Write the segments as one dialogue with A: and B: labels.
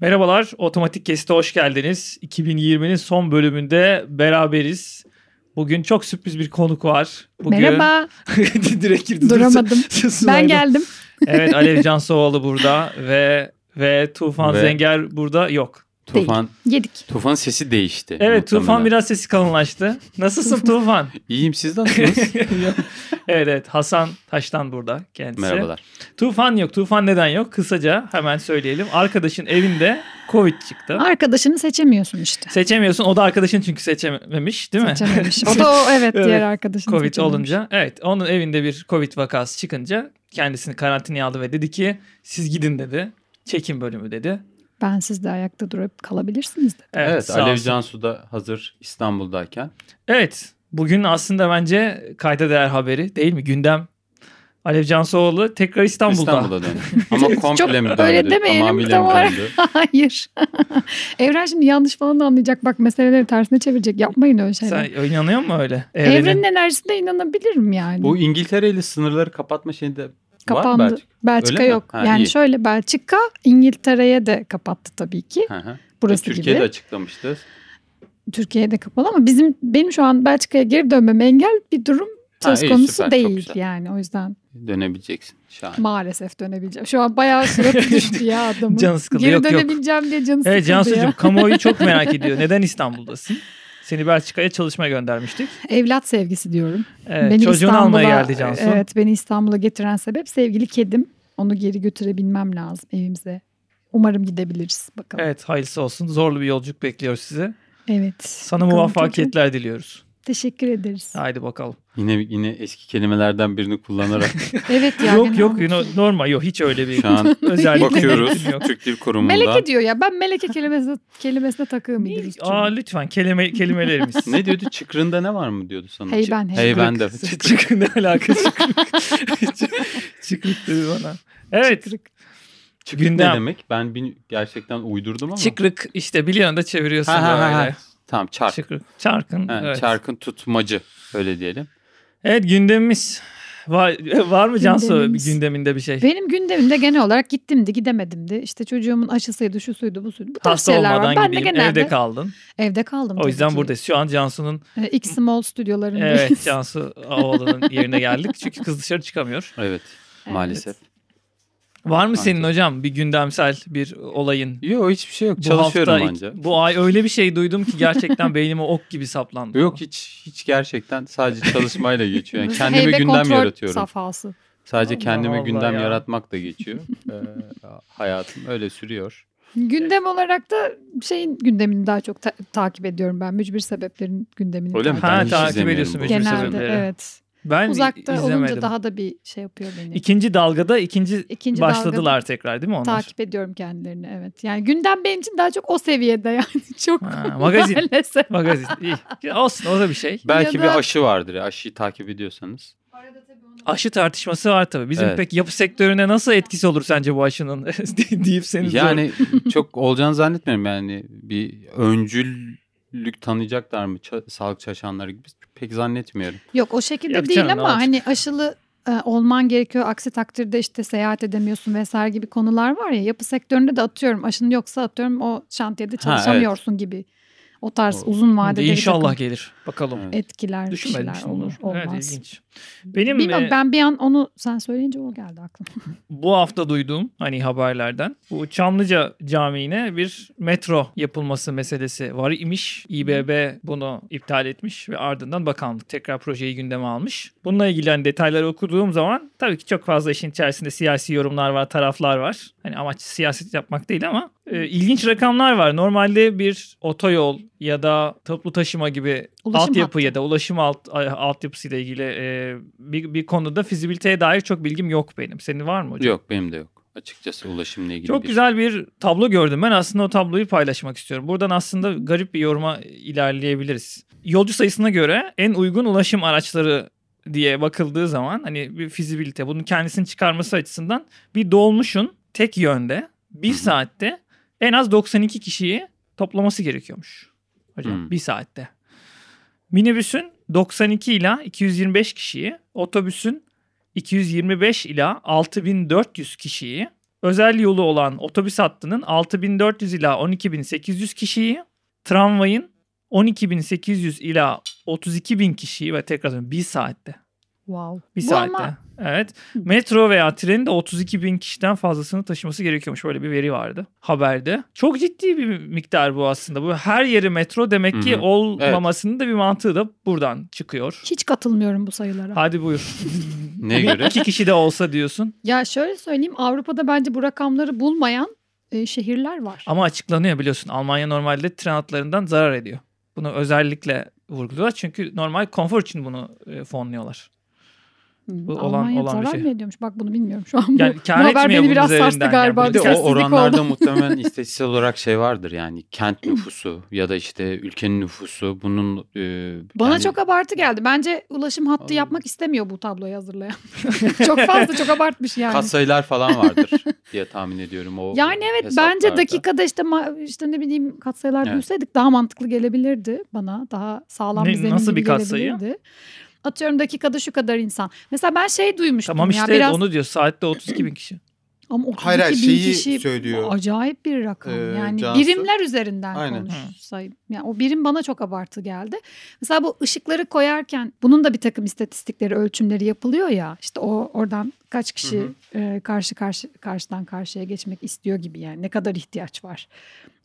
A: Merhabalar, Otomatik Kest'e hoş geldiniz. 2020'nin son bölümünde beraberiz. Bugün çok sürpriz bir konuk var. Bugün...
B: Merhaba.
A: Direkt girdi.
B: Duramadım. Ben
A: Sırayla.
B: geldim.
A: Evet, Alev Cansoğlu burada ve ve Tufan
C: Ve-
A: Zenger burada yok.
C: Tufan,
B: Yedik.
C: Tufan sesi değişti.
A: Evet,
C: muhtemelen.
A: Tufan biraz sesi kalınlaştı. Nasılsın Tufan?
C: İyiyim siz nasılsınız?
A: evet evet, Hasan Taş'tan burada kendisi.
C: Merhabalar.
A: Tufan yok. Tufan neden yok? Kısaca hemen söyleyelim. Arkadaşın evinde Covid çıktı.
B: Arkadaşını seçemiyorsun işte.
A: Seçemiyorsun. O da arkadaşın çünkü seçememiş değil mi?
B: Seçememiş. O da o evet
A: Evet.
B: diğer arkadaşını
A: Covid
B: seçememiş.
A: olunca evet onun evinde bir Covid vakası çıkınca kendisini karantinaya aldı ve dedi ki siz gidin dedi. Çekim bölümü dedi.
B: Ben siz de ayakta durup kalabilirsiniz de.
A: Evet,
C: Evet,
A: sağ
C: Alev
A: olsun.
C: Cansu'da hazır İstanbul'dayken.
A: Evet bugün aslında bence kayda değer haberi değil mi? Gündem Alev Cansoğlu tekrar İstanbul'da.
C: İstanbul'da döndü. Ama komple mi döndü?
B: öyle demeyelim
C: Tamamıyla
B: tam
C: mı
B: olarak.
C: döndü?
B: Hayır. Evren şimdi yanlış falan da anlayacak. Bak meseleleri tersine çevirecek. Yapmayın öyle şeyler.
A: Sen inanıyor musun öyle? Evrenin-
B: Evrenin, enerjisine inanabilirim yani.
C: Bu İngiltere ile sınırları kapatma şeyinde
B: Kapandı.
C: var mı Belçika?
B: Belçika
C: Öyle mi?
B: yok.
C: Ha,
B: yani
C: iyi.
B: şöyle Belçika İngiltere'ye de kapattı tabii ki.
C: Hı hı.
B: Burası
C: Türkiye'de
B: gibi.
C: açıklamıştı.
B: Türkiye'ye de kapalı ama bizim benim şu an Belçika'ya geri dönmeme engel bir durum
C: Ha,
B: söz
C: iyi,
B: konusu
C: süper, çok
B: değil
C: güzel.
B: yani o yüzden
C: Dönebileceksin. Şahane.
B: Maalesef dönebileceğim. Şu an bayağı suratı düştü ya adamın.
A: Canı sıkıldı.
B: Geri
A: Yok, Ee, yok.
B: dönebileceğim diye canı sıkıldı
A: Evet Cansu'cum
B: ya.
A: kamuoyu çok merak ediyor. Neden İstanbul'dasın? Seni Belçika'ya çalışma göndermiştik.
B: Evlat sevgisi diyorum.
A: Evet,
B: beni
A: Ee, çocuğunu
B: İstanbul'a,
A: almaya geldi Cansu.
B: Evet beni İstanbul'a getiren sebep sevgili kedim. Onu geri götürebilmem lazım evimize. Umarım gidebiliriz bakalım. Evet.
A: Evet hayırlısı olsun. Zorlu bir yolculuk bekliyor sizi. Sana muvaffakiyetler diliyoruz.
B: çocuğum. Teşekkür ederiz.
A: Haydi bakalım.
C: Yine yine eski kelimelerden birini kullanarak
B: Evet ya.
A: yok
B: beni
A: yok
B: anlatıyor.
A: no- normal yok hiç öyle bir
C: şu an
A: özellik
C: bakıyoruz
A: yok.
C: Türk Dil Kurumu'nda.
B: Meleke diyor ya ben meleke kelimesine, kelimesine takığım. İdris
A: Aa lütfen kelime kelimelerimiz.
C: Ne diyordu? Çıkrında ne var mı diyordu sana?
B: Heyben,
C: Çık-
B: heyben.
C: Heyben de.
A: Çık- Çık ne alakası? Çıklık dedi bana. Evet. Çıkrık.
B: Çıkrık.
C: Çıkık ne
A: Gündem.
C: demek? Ben bin, gerçekten uydurdum ama.
A: işte biliyorsun da çeviriyorsun
C: Ha, ha, ha, ha.
A: böyle.
C: Tamam çark.
A: Çıkrık. Çarkın.
C: Ha,
A: evet.
C: Çarkın tutmacı öyle diyelim.
A: evet gündemimiz. Var, var mı Cansu bir
B: Gündemimiz.
A: gündeminde bir şey?
B: Benim gündemimde genel olarak gittimdi gidemedimdi. İşte çocuğumun aşısıydı şu suydu bu suydu. Bu tarz
A: Hasta
B: şeyler
A: olmadan
B: var. Ben de
A: gideyim.
B: genelde
A: Evde
B: evde,
A: kaldın.
B: kaldım.
A: O yüzden
B: burada.
A: buradayız. Şu an Cansu'nun
B: X Small stüdyolarında.
A: evet Cansu Ağoğlu'nun yerine geldik. Çünkü kız dışarı çıkamıyor.
C: Evet, maalesef.
A: Var mı senin
C: Anca.
A: hocam bir gündemsel bir olayın?
C: Yok hiçbir şey yok.
A: Bu
C: Çalışıyorum
A: hafta,
C: anca.
A: Bu ay öyle bir şey duydum ki gerçekten beynime ok gibi saplandı.
C: Yok hiç hiç gerçekten sadece çalışmayla geçiyor. Yani
B: Biz
C: kendime
B: heybe
C: gündem
B: kontrol
C: yaratıyorum.
B: Safhası.
C: Sadece
A: Allah
C: kendime
A: Allah
C: gündem
A: ya.
C: yaratmak da geçiyor. Ee, hayatım öyle sürüyor.
B: Gündem olarak da şeyin gündemini daha çok ta- takip ediyorum ben. Mücbir sebeplerin gündemini.
C: Öyle mi?
B: takip
A: Ha,
C: Ben hiç
A: takip
C: izlemiyorum
A: ediyorsun
C: bu
A: mücbir
B: ediyorum. Genelde
A: sebepleri.
B: evet.
A: Ben
B: Uzakta
A: izlemedim.
B: olunca daha da bir şey yapıyor beni.
A: İkinci dalgada ikinci,
B: İkinci
A: başladılar
B: dalgada
A: tekrar değil mi onlar?
B: Takip ediyorum kendilerini evet. Yani gündem benim için daha çok o seviyede yani çok
A: Ha, magazin.
B: maalesef.
A: Magazin. İyi. Ya Olsun o da bir şey.
C: Belki
B: da-
C: bir aşı vardır. ya, Aşıyı takip ediyorsanız.
A: Aşı tartışması var tabii. Bizim
C: Evet.
A: pek yapı sektörüne nasıl etkisi olur sence bu aşının deyip seni yani...
C: Yani çok olacağını zannetmiyorum yani bir öncüllük tanıyacaklar mı ça- sağlık çalışanları gibi pek zannetmiyorum.
B: Yok o şekilde
A: Yok
B: değil
A: canım, ne
B: ama
A: olacak?
B: hani aşılı e, olman gerekiyor. Aksi takdirde işte seyahat edemiyorsun vesaire gibi konular var ya. Yapı sektöründe de atıyorum aşın yoksa atıyorum o şantiyede çalışamıyorsun gibi. O tarz
C: O-
B: uzun vadede bir
A: İnşallah
B: takım
A: gelir. Bakalım.
C: Evet.
B: etkiler bir
A: Düşünmedim
B: şeyler
A: işte
B: olur
A: bunu. Evet
B: olmaz.
A: ilginç. Benim
B: Bilmiyorum,
A: e,
B: ben bir an onu sen söyleyince o geldi aklıma.
A: bu hafta duyduğum hani haberlerden bu Çamlıca Camii'ne bir metro yapılması meselesi var imiş. İBB bunu iptal etmiş ve ardından bakanlık tekrar projeyi gündeme almış. Bununla ilgili hani detayları okuduğum zaman tabii ki çok fazla işin içerisinde siyasi yorumlar var, taraflar var. Hani amaç siyaset yapmak değil ama e, ilginç rakamlar var. Normalde bir otoyol ya da toplu taşıma gibi
B: Ulaşım
A: altyapı
B: hattı.
A: ya da ulaşım alt a- altyapısıyla ilgili e, bir, bir konuda fizibiliteye dair çok bilgim yok benim. Senin var mı hocam?
C: Yok benim de yok. Açıkçası ulaşımla ilgili
A: Çok
C: bir-
A: güzel bir tablo gördüm. Ben aslında o tabloyu paylaşmak istiyorum. Buradan aslında garip bir yoruma ilerleyebiliriz. Yolcu sayısına göre en uygun ulaşım araçları diye bakıldığı zaman hani bir fizibilite bunun kendisini çıkarması açısından bir dolmuşun tek yönde bir
C: Hı hı.
A: saatte en az 92 kişiyi toplaması gerekiyormuş. Hocam
C: Hı.
A: bir saatte. Minibüsün 92 ila 225 kişiyi, otobüsün 225 ila 6400 kişiyi, özel yolu olan otobüs hattının 6400 ila 12800 kişiyi, tramvayın 12800 ila 32000 kişiyi ve tekrar söylüyorum, bir saatte.
B: Wow.
A: Bir
B: Bu
A: saatte.
B: ama
A: Evet. Metro veya trenin de 32 bin kişiden fazlasını taşıması gerekiyormuş. Böyle bir veri vardı haberde. Çok ciddi bir miktar bu aslında. Bu her yeri metro demek ki
C: Hı hı.
A: olmamasının da bir mantığı da buradan çıkıyor.
B: hiç katılmıyorum bu sayılara.
A: Hadi buyur.
C: Neye göre?
A: İki kişi de olsa diyorsun.
B: Ya şöyle söyleyeyim Avrupa'da bence bu rakamları bulmayan e, şehirler var.
A: Ama açıklanıyor biliyorsun. Almanya normalde tren hatlarından zarar ediyor. Bunu özellikle vurguluyorlar. Çünkü normal konfor için bunu e, fonluyorlar.
B: Hı,
A: bu olan-
B: Almanya
A: olan bir
B: zarar
A: şey.
B: mı ediyormuş? Bak bunu bilmiyorum şu an. Bu,
A: Yani kâr
B: bu haber
A: etmiyor
B: beni
A: bunun
B: biraz
A: üzerinden.
B: sarstı
A: Yani
B: galiba
A: bunu
C: Bir de
B: diyorsun.
A: kes-
C: o
B: Sessizlik
C: oranlarda
B: oldu.
C: muhtemelen istatistiksel olarak şey vardır yani kent nüfusu ya da işte ülkenin nüfusu bunun e,
B: Bana
C: yani-
B: çok abartı geldi. Bence ulaşım hattı
C: Anladım.
B: yapmak istemiyor bu tabloyu hazırlayan. çok fazla çok abartmış yani.
C: Kat sayılar falan vardır diye tahmin ediyorum o.
B: Yani evet bence
C: hesaplarda.
B: dakikada işte ma- işte ne bileyim katsayılar
C: Evet.
B: büyüseydik daha mantıklı gelebilirdi bana. Daha sağlam
A: Ne-
B: bir zemin
A: nasıl
B: gibi
A: bir katsayı?
B: gelebilirdi. Atıyorum dakikada şu kadar insan. Mesela ben şey duymuştum
A: Tamam
B: ya
A: işte
B: biraz
A: onu diyor. Saatte 32 bin kişi.
B: ama 32
D: Hayır, hayır,
B: bin
D: şeyi
B: kişi
D: söylüyor.
B: acayip bir rakam.
D: Ee,
B: yani
D: Cansu.
B: birimler üzerinden
D: Aynen.
B: konuşsayım. Yani o birim bana çok abartı geldi. Mesela bu ışıkları koyarken bunun da bir takım istatistikleri, ölçümleri yapılıyor ya. İşte o oradan kaç kişi
D: Hı
B: e, karşı karşı karşıdan karşıya geçmek istiyor gibi yani ne kadar ihtiyaç var.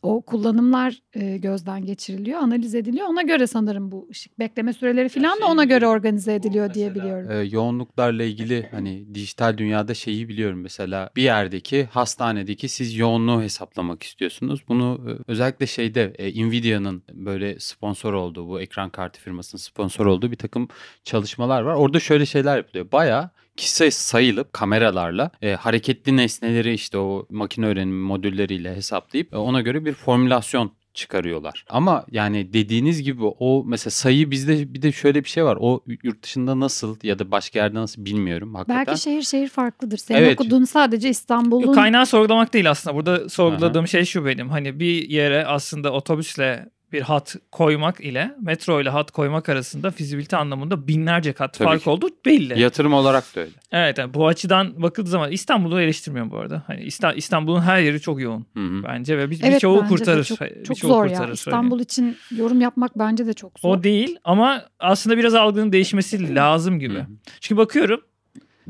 B: O kullanımlar e, gözden geçiriliyor, analiz ediliyor. Ona göre sanırım bu ışık bekleme süreleri falan da
C: şey
B: ona göre
C: biliyorum.
B: organize ediliyor
C: Bu
B: diye
C: mesela,
B: biliyorum.
C: e, yoğunluklarla ilgili hani dijital dünyada şeyi biliyorum mesela bir yerdeki hastanedeki siz yoğunluğu hesaplamak istiyorsunuz. Bunu e, özellikle şeyde e, Nvidia'nın böyle sponsor olduğu bu ekran kartı firmasının sponsor olduğu bir takım çalışmalar var. Orada şöyle şeyler yapılıyor. Bayağı kişi sayısı sayılıp kameralarla e, hareketli nesneleri işte o makine öğrenimi modülleriyle hesaplayıp e, ona göre bir formülasyon çıkarıyorlar. Ama yani dediğiniz gibi o mesela sayı bizde bir de şöyle bir şey var. O yurt dışında nasıl ya da başka yerde nasıl bilmiyorum hakikaten.
B: Belki şehir şehir farklıdır. Senin
C: Evet.
B: okuduğun sadece İstanbul'un
A: Kaynağı sorgulamak değil aslında. Burada sorguladığım şey şu benim. Hani bir yere aslında otobüsle bir hat koymak ile metro ile hat koymak arasında fizibilite anlamında binlerce kat
C: Tabii
A: fark
C: ki.
A: oldu belli.
C: Yatırım olarak da öyle.
A: Evet yani bu açıdan bakıldığı zaman İstanbul'u eleştirmiyorum bu arada. Hani İsta- İstanbul'un her yeri çok yoğun
C: Hı hı.
A: bence ve bir,
B: Evet,
A: birçoğu
B: bence de
A: kurtarır.
B: Çok,
A: Birçoğu
B: çok zor
A: kurtarır.
B: ya.
A: Hani
B: İstanbul için yorum yapmak bence de çok zor.
A: O değil ama aslında biraz algının değişmesi lazım gibi.
C: Hı hı.
A: Çünkü bakıyorum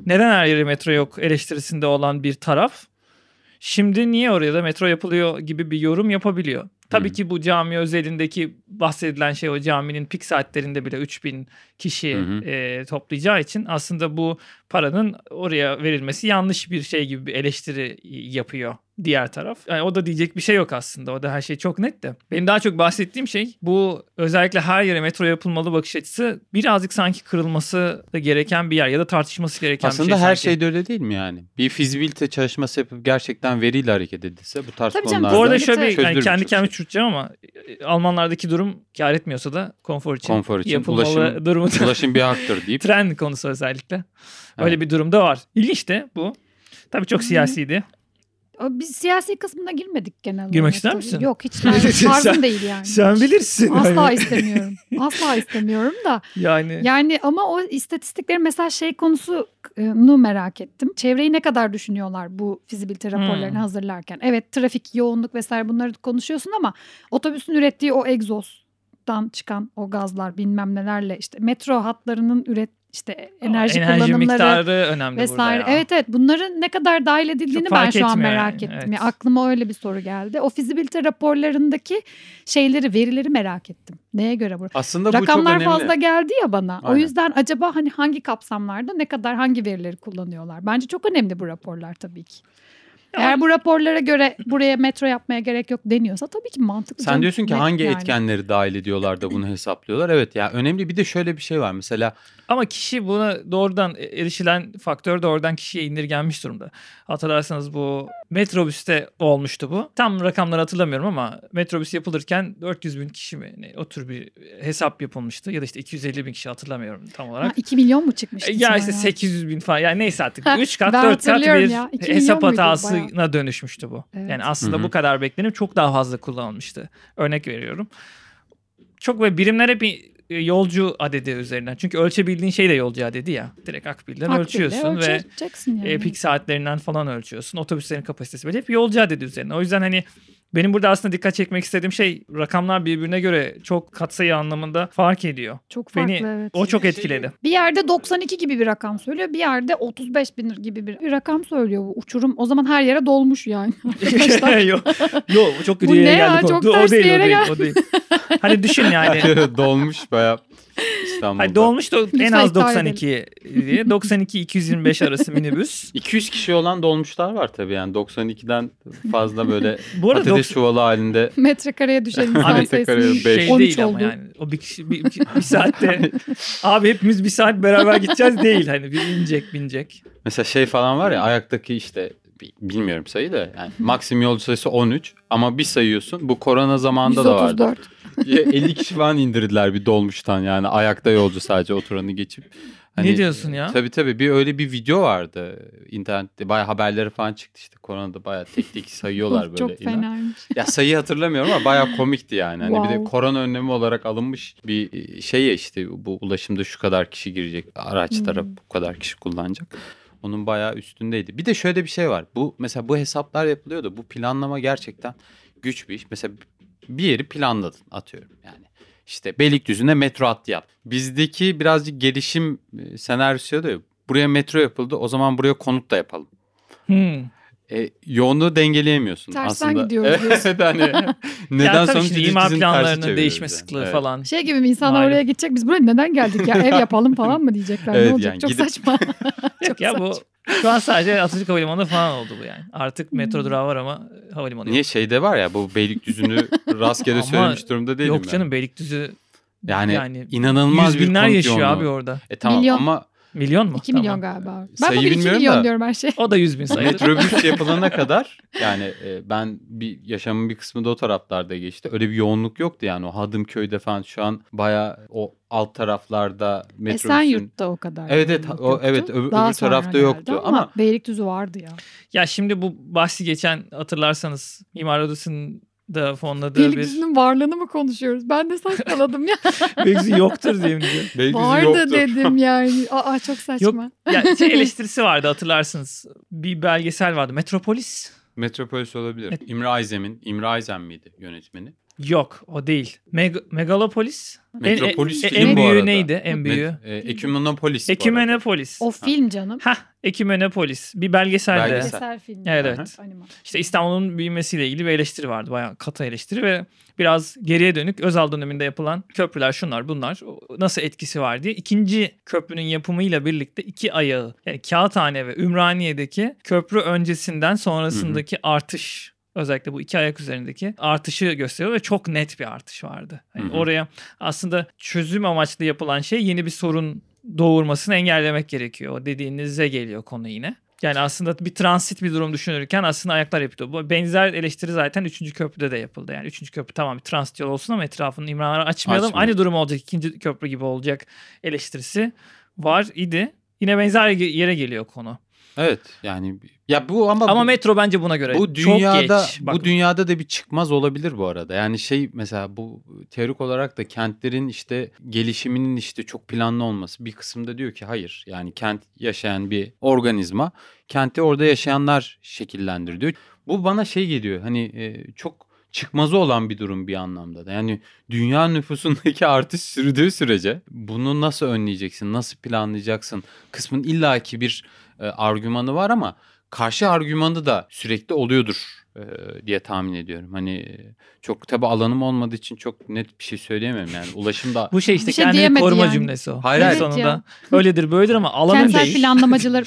A: neden her yere metro yok eleştirisinde olan bir taraf şimdi niye oraya da metro yapılıyor gibi bir yorum yapabiliyor. Tabii
C: Hı.
A: ki bu cami özelindeki bahsedilen şey o caminin pik saatlerinde bile 3000 kişi
C: Hı hı.
A: e, toplayacağı için aslında bu paranın oraya verilmesi yanlış bir şey gibi bir eleştiri yapıyor diğer taraf. Yani o da diyecek bir şey yok aslında. O da her şey çok net de. Benim daha çok bahsettiğim şey bu özellikle her yere metro yapılmalı bakış açısı birazcık sanki kırılması da gereken bir yer ya da tartışması gereken bir şey.
C: Aslında her
A: sanki.
C: şey de öyle değil mi yani? Bir fizibilite çalışması yapıp gerçekten veriyle hareket edilse bu tarz
B: Tabii canım,
C: konularda.
A: Bu arada
B: Özellikle-
A: şöyle bir yani
C: Çözülür
A: kendi
C: birçok
A: kendimi
C: şey.
A: çürüteceğim ama e, Almanlardaki durum kar etmiyorsa da konfor için,
C: Konfor için,
A: yapılmalı
C: ulaşım-
A: durumu.
C: ulaşım bir haktır deyip
A: Tren konusu özellikle. Öyle
C: Evet.
A: bir durumda var. İlginç de bu. Tabii çok
B: Hı.
A: siyasiydi.
B: O, Biz siyasi kısmına girmedik genel olarak.
A: Girmek ister
B: tabii.
A: misin?
B: Yok hiç tarzım tarzım değil yani.
A: bilirsin.
B: Asla istemiyorum. Asla istemiyorum da.
A: Yani
B: Yani ama o istatistikleri mesela şey konusunu merak ettim. Çevreyi ne kadar düşünüyorlar bu fizibilite raporlarını
A: Hmm.
B: hazırlarken? Evet trafik, yoğunluk vesaire bunları konuşuyorsun ama otobüsün ürettiği o egzozdan çıkan o gazlar bilmem nelerle işte metro hatlarının üret işte enerji, kullanımları
A: miktarı önemli
B: vesaire.
A: burada ya.
B: Evet evet bunların ne kadar dahil edildiğini
A: Çok
B: ben
A: fark
B: şu an
A: etmiyor
B: merak
A: yani,
B: ettim. Ya
A: evet.
B: aklıma öyle bir soru geldi. O fizibilite raporlarındaki şeyleri, verileri merak ettim. Neye göre bu?
C: aslında bu çok önemli.
B: Rakamlar fazla geldi ya bana. O
C: Aynen.
B: yüzden acaba hani hangi kapsamlarda ne kadar hangi verileri kullanıyorlar? Bence çok önemli bu raporlar tabii ki. Eğer bu raporlara göre buraya metro yapmaya gerek yok deniyorsa tabii ki mantıklı.
C: Sen
B: canım.
C: diyorsun ki
B: Net
C: hangi
B: yani.
C: etkenleri dahil ediyorlar da bunu hesaplıyorlar. Evet ya önemli bir de şöyle bir şey var. Mesela
A: Ama kişi buna doğrudan e, erişilen faktör doğrudan kişiye indirgenmiş durumda. Hatırlarsanız bu metrobüste olmuştu bu. Tam rakamları hatırlamıyorum ama metrobüs yapılırken 400 bin kişi mi ne, o tür bir hesap yapılmıştı. Ya da işte 250 bin kişi hatırlamıyorum tam
B: Ha,
A: olarak.
B: 2 milyon mu çıkmıştı?
A: Ya
B: sonra?
A: işte 800 bin falan yani neyse artık
B: Ha,
A: 3 kat
B: ben
A: 4 kat
B: hatırlıyorum
A: bir
B: ya. İki milyon
A: hesap
B: muydu?
A: hatasına dönüşmüştü bu.
B: Evet.
A: Yani aslında
C: Hı hı.
A: bu kadar beklenip çok daha fazla kullanılmıştı. Örnek veriyorum. Çok böyle birimler hep e, yolcu adedi üzerinden. Çünkü ölçebildiğin şey de yolcu adedi ya. Direkt Akbil'den
B: Akbil'le
A: ölçüyorsun ve
B: ölçeceksin yani.
A: e, pik saatlerinden falan ölçüyorsun. Otobüslerin kapasitesi böyle hep yolcu adedi üzerine. O yüzden hani benim burada aslında dikkat çekmek istediğim şey rakamlar birbirine göre çok katsayı anlamında fark ediyor.
B: çok farklı
A: Beni
B: evet.
A: o çok
C: Şey-
A: etkiledi.
B: Bir yerde 92 gibi bir rakam söylüyor. Bir yerde 35 bin gibi bir, bir rakam söylüyor. Bu uçurum o zaman her yere dolmuş yani. Arkadaşlar.
A: yok, yok çok
B: Bu
A: kötü yere
B: ne ya?
A: geldik.
B: Çok
A: o
B: ters bir
A: değil, o
B: yere
A: değil, o değil. hani düşün yani.
C: dolmuş bayağı İstanbul'da.
A: Hani dolmuş da en
B: Lütfen
A: az
B: iptal
A: 92 diye. 92-225 arası minibüs.
C: 200 kişi olan dolmuşlar var tabii yani 92'den fazla böyle
A: Bu arada
C: patates
A: 90
C: çuvalı halinde
B: Metrekareye düşen insan
C: Metrekareye
B: sayısının
C: beş.
A: şey
B: 13
A: değil ama
B: oldu.
A: yani. O bir, kişi, bir, bir saatte abi hepimiz bir saat beraber gideceğiz değil. Hani bir inecek binecek.
C: Mesela şey falan var ya ayaktaki işte bi- bilmiyorum sayı da yani maksimum yolcu sayısı 13 ama bir sayıyorsun bu korona zamanında da vardı.
B: 134.
C: Ya 50 kişi falan indirdiler bir dolmuştan yani ayakta yolcu sadece oturanı geçip.
A: ne diyorsun ya?
C: Hani, e, Tabii tabii bir öyle bir video vardı internette bayağı haberleri falan çıktı işte koronada bayağı tek tek sayıyorlar böyle.
B: Of, çok
C: inan.
B: fenaymış.
C: Ya sayıyı hatırlamıyorum ama bayağı komikti yani. Hani Bir de
B: Wow.
C: korona önlemi olarak alınmış bir şey ya işte bu ulaşımda şu kadar kişi girecek, araçlara
B: Hmm.
C: bu kadar kişi kullanacak. Onun bayağı üstündeydi. Bir de şöyle bir şey var. Bu mesela bu hesaplar yapılıyor da bu planlama gerçekten güç bir iş. Mesela bir yeri planladın atıyorum yani. İşte Beylikdüzü'ne metro hattı yap. Bizdeki birazcık gelişim e, senaryosu da ya, buraya metro yapıldı o zaman buraya konut da yapalım.
A: Hmm.
C: E, yoğunluğu dengeleyemiyorsun
B: Tersten
C: aslında.
B: gidiyoruz
C: Evet hani
A: Ya tabii
C: neden sonuç
A: şimdi imar
C: ilişkisinin tersi
A: planlarının
C: çeviriyoruz
A: değişme
C: yani.
A: sıklığı
C: Evet.
A: falan.
B: Şey gibi mi insanlar
A: Malum.
B: oraya gidecek biz buraya neden geldik ya ev yapalım falan mı diyecekler
C: Evet,
B: ne olacak
C: yani
B: çok
C: gidip-
B: saçma. çok
A: ya
B: saçma.
A: bu şu an sadece Atatürk Havalimanı'nda falan oldu bu yani. Artık metro
B: Hmm.
A: durağı var ama havalimanı yok.
C: Niye şeyde var ya bu Beylikdüzü'nü rastgele
A: Ama
C: söylemiş durumda değilim
A: Yok
C: ben.
A: canım Beylikdüzü
C: Yani,
A: yani
C: inanılmaz
A: yüz
C: bir
A: binler
C: konut
A: yaşıyor
C: yoğunluğu.
A: abi orada.
C: E tamam
B: Milyon.
C: ama
A: Milyon mu?
B: 2
A: Tamam.
B: milyon galiba. Ben
C: Sayıyı
B: bugün 2
C: bilmiyorum
B: milyon
C: da.
B: diyorum her şey.
A: O da 100 bin sayılır.
C: metrobüs yapılana kadar yani e, ben bir yaşamın bir kısmı da o taraflarda geçti. Öyle bir yoğunluk yoktu yani o Hadımköy'de falan şu an baya o alt taraflarda metrobüsün.
B: Esenyurt'ta o kadar.
C: Evet, evet,
B: yoğunluk
C: o-
B: yoktu.
C: evet, öbür-
B: Daha
C: öbür
B: sonra
C: tarafta
B: geldi
C: yoktu ama-
B: Beylikdüzü vardı ya.
A: ya şimdi bu bahsi geçen hatırlarsanız Mimar Odası'nın da fonladığı bir
B: Beylikdüzü'nün varlığını mı konuşuyoruz? Ben de saçmaladım ya.
A: Beylikdüzü yoktur diyeyim diyor.
C: Beylikdüzü
B: vardı
C: Şey yoktu.
B: dedim yani. Aa çok saçma.
A: Ya şey eleştirisi vardı hatırlarsınız. Bir belgesel vardı. Metropolis.
C: Metropolis olabilir.
A: Evet.
C: İmre Ayzem'in, İmre Ayzem miydi yönetmeni?
A: Yok o değil. Meg- Megalopolis. En- en-
C: Metropolis
A: en,
C: film bu
A: büyüğü
C: arada.
A: neydi? En büyüğü.
C: Met- e, Ekümenopolis. bu arada.
A: Ekümenopolis.
B: O film canım.
A: Hah Ekümenopolis. Bir belgeseldi.
C: Belgesel.
B: Eser filmi.
A: Evet
C: Aha.
A: evet.
B: Anima.
A: İşte İstanbul'un büyümesiyle ilgili bir eleştiri vardı. Bayağı katı eleştiri ve biraz geriye dönük Özal döneminde yapılan köprüler şunlar bunlar o- nasıl etkisi var diye. ikinci köprünün yapımıyla birlikte iki ayağı yani Kağıthane ve Ümraniye'deki köprü öncesinden sonrasındaki artış özellikle bu iki ayak üzerindeki artışı gösteriyor ve çok net bir artış vardı. Yani
C: Hı hı.
A: oraya aslında çözüm amaçlı yapılan şey yeni bir sorun doğurmasını engellemek gerekiyor. O Dediğinize geliyor konu yine. Yani aslında bir transit bir durum düşünürken aslında ayaklar yapıyor. Bu benzer eleştiri zaten 3. köprüde de yapıldı. Yani 3. köprü tamam bir transit yol olsun ama etrafını imranlara açmayalım.
C: Açmayalım.
A: Aynı durum olacak. ikinci köprü gibi olacak eleştirisi var idi. Yine benzer yere geliyor konu.
C: Evet yani ya bu ama,
A: Ama
C: bu-
A: metro bence buna göre
C: bu dünyada
A: çok geç. Bak,
C: bu dünyada da bir çıkmaz olabilir bu arada. Yani şey mesela bu teorik olarak da kentlerin işte gelişiminin işte çok planlı olması. Bir kısımda diyor ki hayır. Yani kent yaşayan bir organizma. Kenti orada yaşayanlar şekillendir diyor. Bu bana şey geliyor. Hani e, çok çıkmazı olan bir durum bir anlamda da. Yani dünya nüfusundaki artış sürdüğü sürece bunu nasıl önleyeceksin, nasıl planlayacaksın kısmın illaki bir e, argümanı var ama karşı argümanı da sürekli oluyordur e, diye tahmin ediyorum. Hani e, çok tabi alanım olmadığı için çok net bir şey söyleyemem yani. Ulaşım da
A: bu şey işte
B: Bir şey
A: kendini
B: diyemedi
A: koruma
B: yani.
A: cümlesi o.
C: Hayır, hayır.
A: sonunda.
B: Evet ya.
A: Öyledir böyledir ama alanın
B: Kentsel
A: değil.
B: planlamacıları.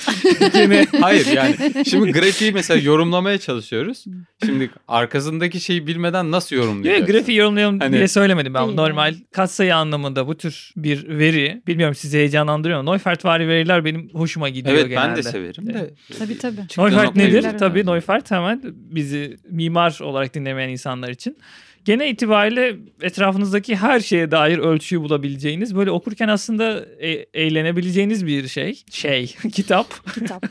A: Yine-
C: Hayır yani. Şimdi grafiği mesela yorumlamaya çalışıyoruz. Şimdi arkasındaki şeyi bilmeden nasıl
A: Yok
C: yorumlayacağız?
A: grafiği yorumlayalım
C: Hani-
A: diye söylemedim ben.
B: Değil
A: Normal
B: yani.
A: katsayı anlamında bu tür bir veri. Bilmiyorum sizi heyecanlandırıyor mu? Neufeld-vari veriler benim hoşuma gidiyor
C: Evet
A: genelde.
C: ben de severim de.
B: Tabii, tabii.
C: Çıktığın
A: Neufeld
C: noktayı
A: nedir?
C: bilirim.
A: Tabii Neufeld hemen bizi mimar olarak dinlemeyen insanlar için Gene itibariyle etrafınızdaki her şeye dair ölçüyü bulabileceğiniz böyle okurken aslında e- eğlenebileceğiniz bir şey. Şey, kitap.
B: kitap.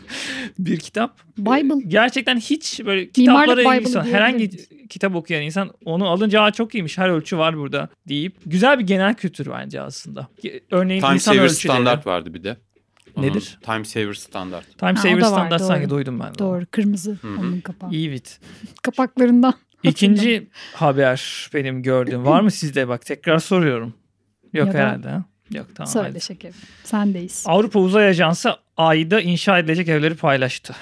A: bir kitap.
B: Bible.
A: Gerçekten hiç böyle
B: Mimarlık
A: kitaplara ilgisi
B: Bible'ı
A: olan herhangi
B: diyebiliriz.
A: kitap okuyan insan onu alınca Aa, çok iyiymiş her ölçü var burada deyip güzel bir genel kültür bence aslında. Ge- Örneğin
C: Time
A: insan
C: Saver
A: ölçüleri.
C: standart vardı bir de.
A: Nedir?
C: Time Saver standart.
A: Time
B: Ha,
A: Saver
B: o da var,
A: standart
B: doğru.
A: sanki duydum ben. de.
B: Doğru kırmızı
C: Hı hı.
B: onun kapağı.
A: İyi bit.
B: Kapaklarından.
A: İkinci haber benim gördüğüm var mı sizde? Bak tekrar soruyorum. Yok
B: Ya da-
A: herhalde. ha? Yok tamam.
B: Söyle
A: hadi.
B: şekerim. Sendeyiz.
A: Avrupa Uzay Ajansı ayda inşa edilecek evleri paylaştı.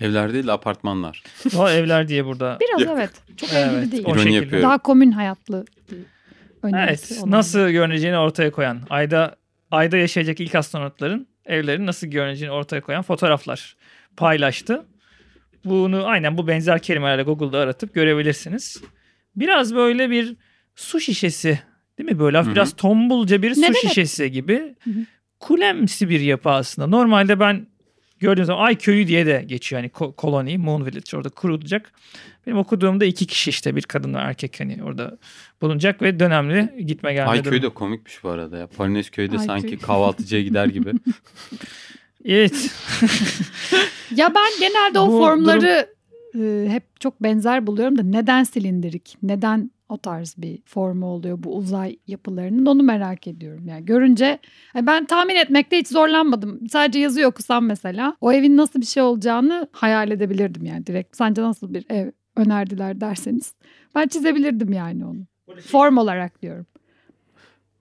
C: Evler değil apartmanlar.
A: O evler diye burada.
B: Biraz
C: Yok.
B: evet. Çok
A: Evet,
B: ilgili değil.
A: o
C: İroni
A: şekilde.
C: yapıyorum.
B: Daha komün hayatlı bir önerisi
A: Evet.
B: olan.
A: Nasıl görüneceğini ortaya koyan, ayda ayda yaşayacak ilk astronotların evlerini nasıl görüneceğini ortaya koyan fotoğraflar paylaştı. Bunu aynen bu benzer kelimelerle Google'da aratıp görebilirsiniz. Biraz böyle bir su şişesi değil mi? Böyle
C: Hı hı.
A: biraz tombulca bir
B: Neden
A: su
B: hep-
A: şişesi gibi
B: Hı hı.
A: kulemsi bir yapı aslında. Normalde ben gördüğüm zaman ay köyü diye de geçiyor. Hani ko- koloni, moon village orada kurulacak. Benim okuduğumda iki kişi işte bir kadın ve erkek hani orada bulunacak ve dönemli gitme gelme
C: Ayköy
A: durumu.
C: de komikmiş bu arada ya. Polonez köyde
B: Ayköy.
C: sanki kahvaltıcıya gider gibi.
A: Evet.
B: Ya ben genelde o
A: Bu
B: formları e, hep çok benzer buluyorum da neden silindirik? Neden o tarz bir formu oluyor bu uzay yapılarının? Onu merak ediyorum. Yani görünce hani ben tahmin etmekte hiç zorlanmadım. Sadece yazı okusam mesela o evin nasıl bir şey olacağını hayal edebilirdim yani direkt. Sence nasıl bir ev önerdiler derseniz ben çizebilirdim yani onu. Form olarak diyorum.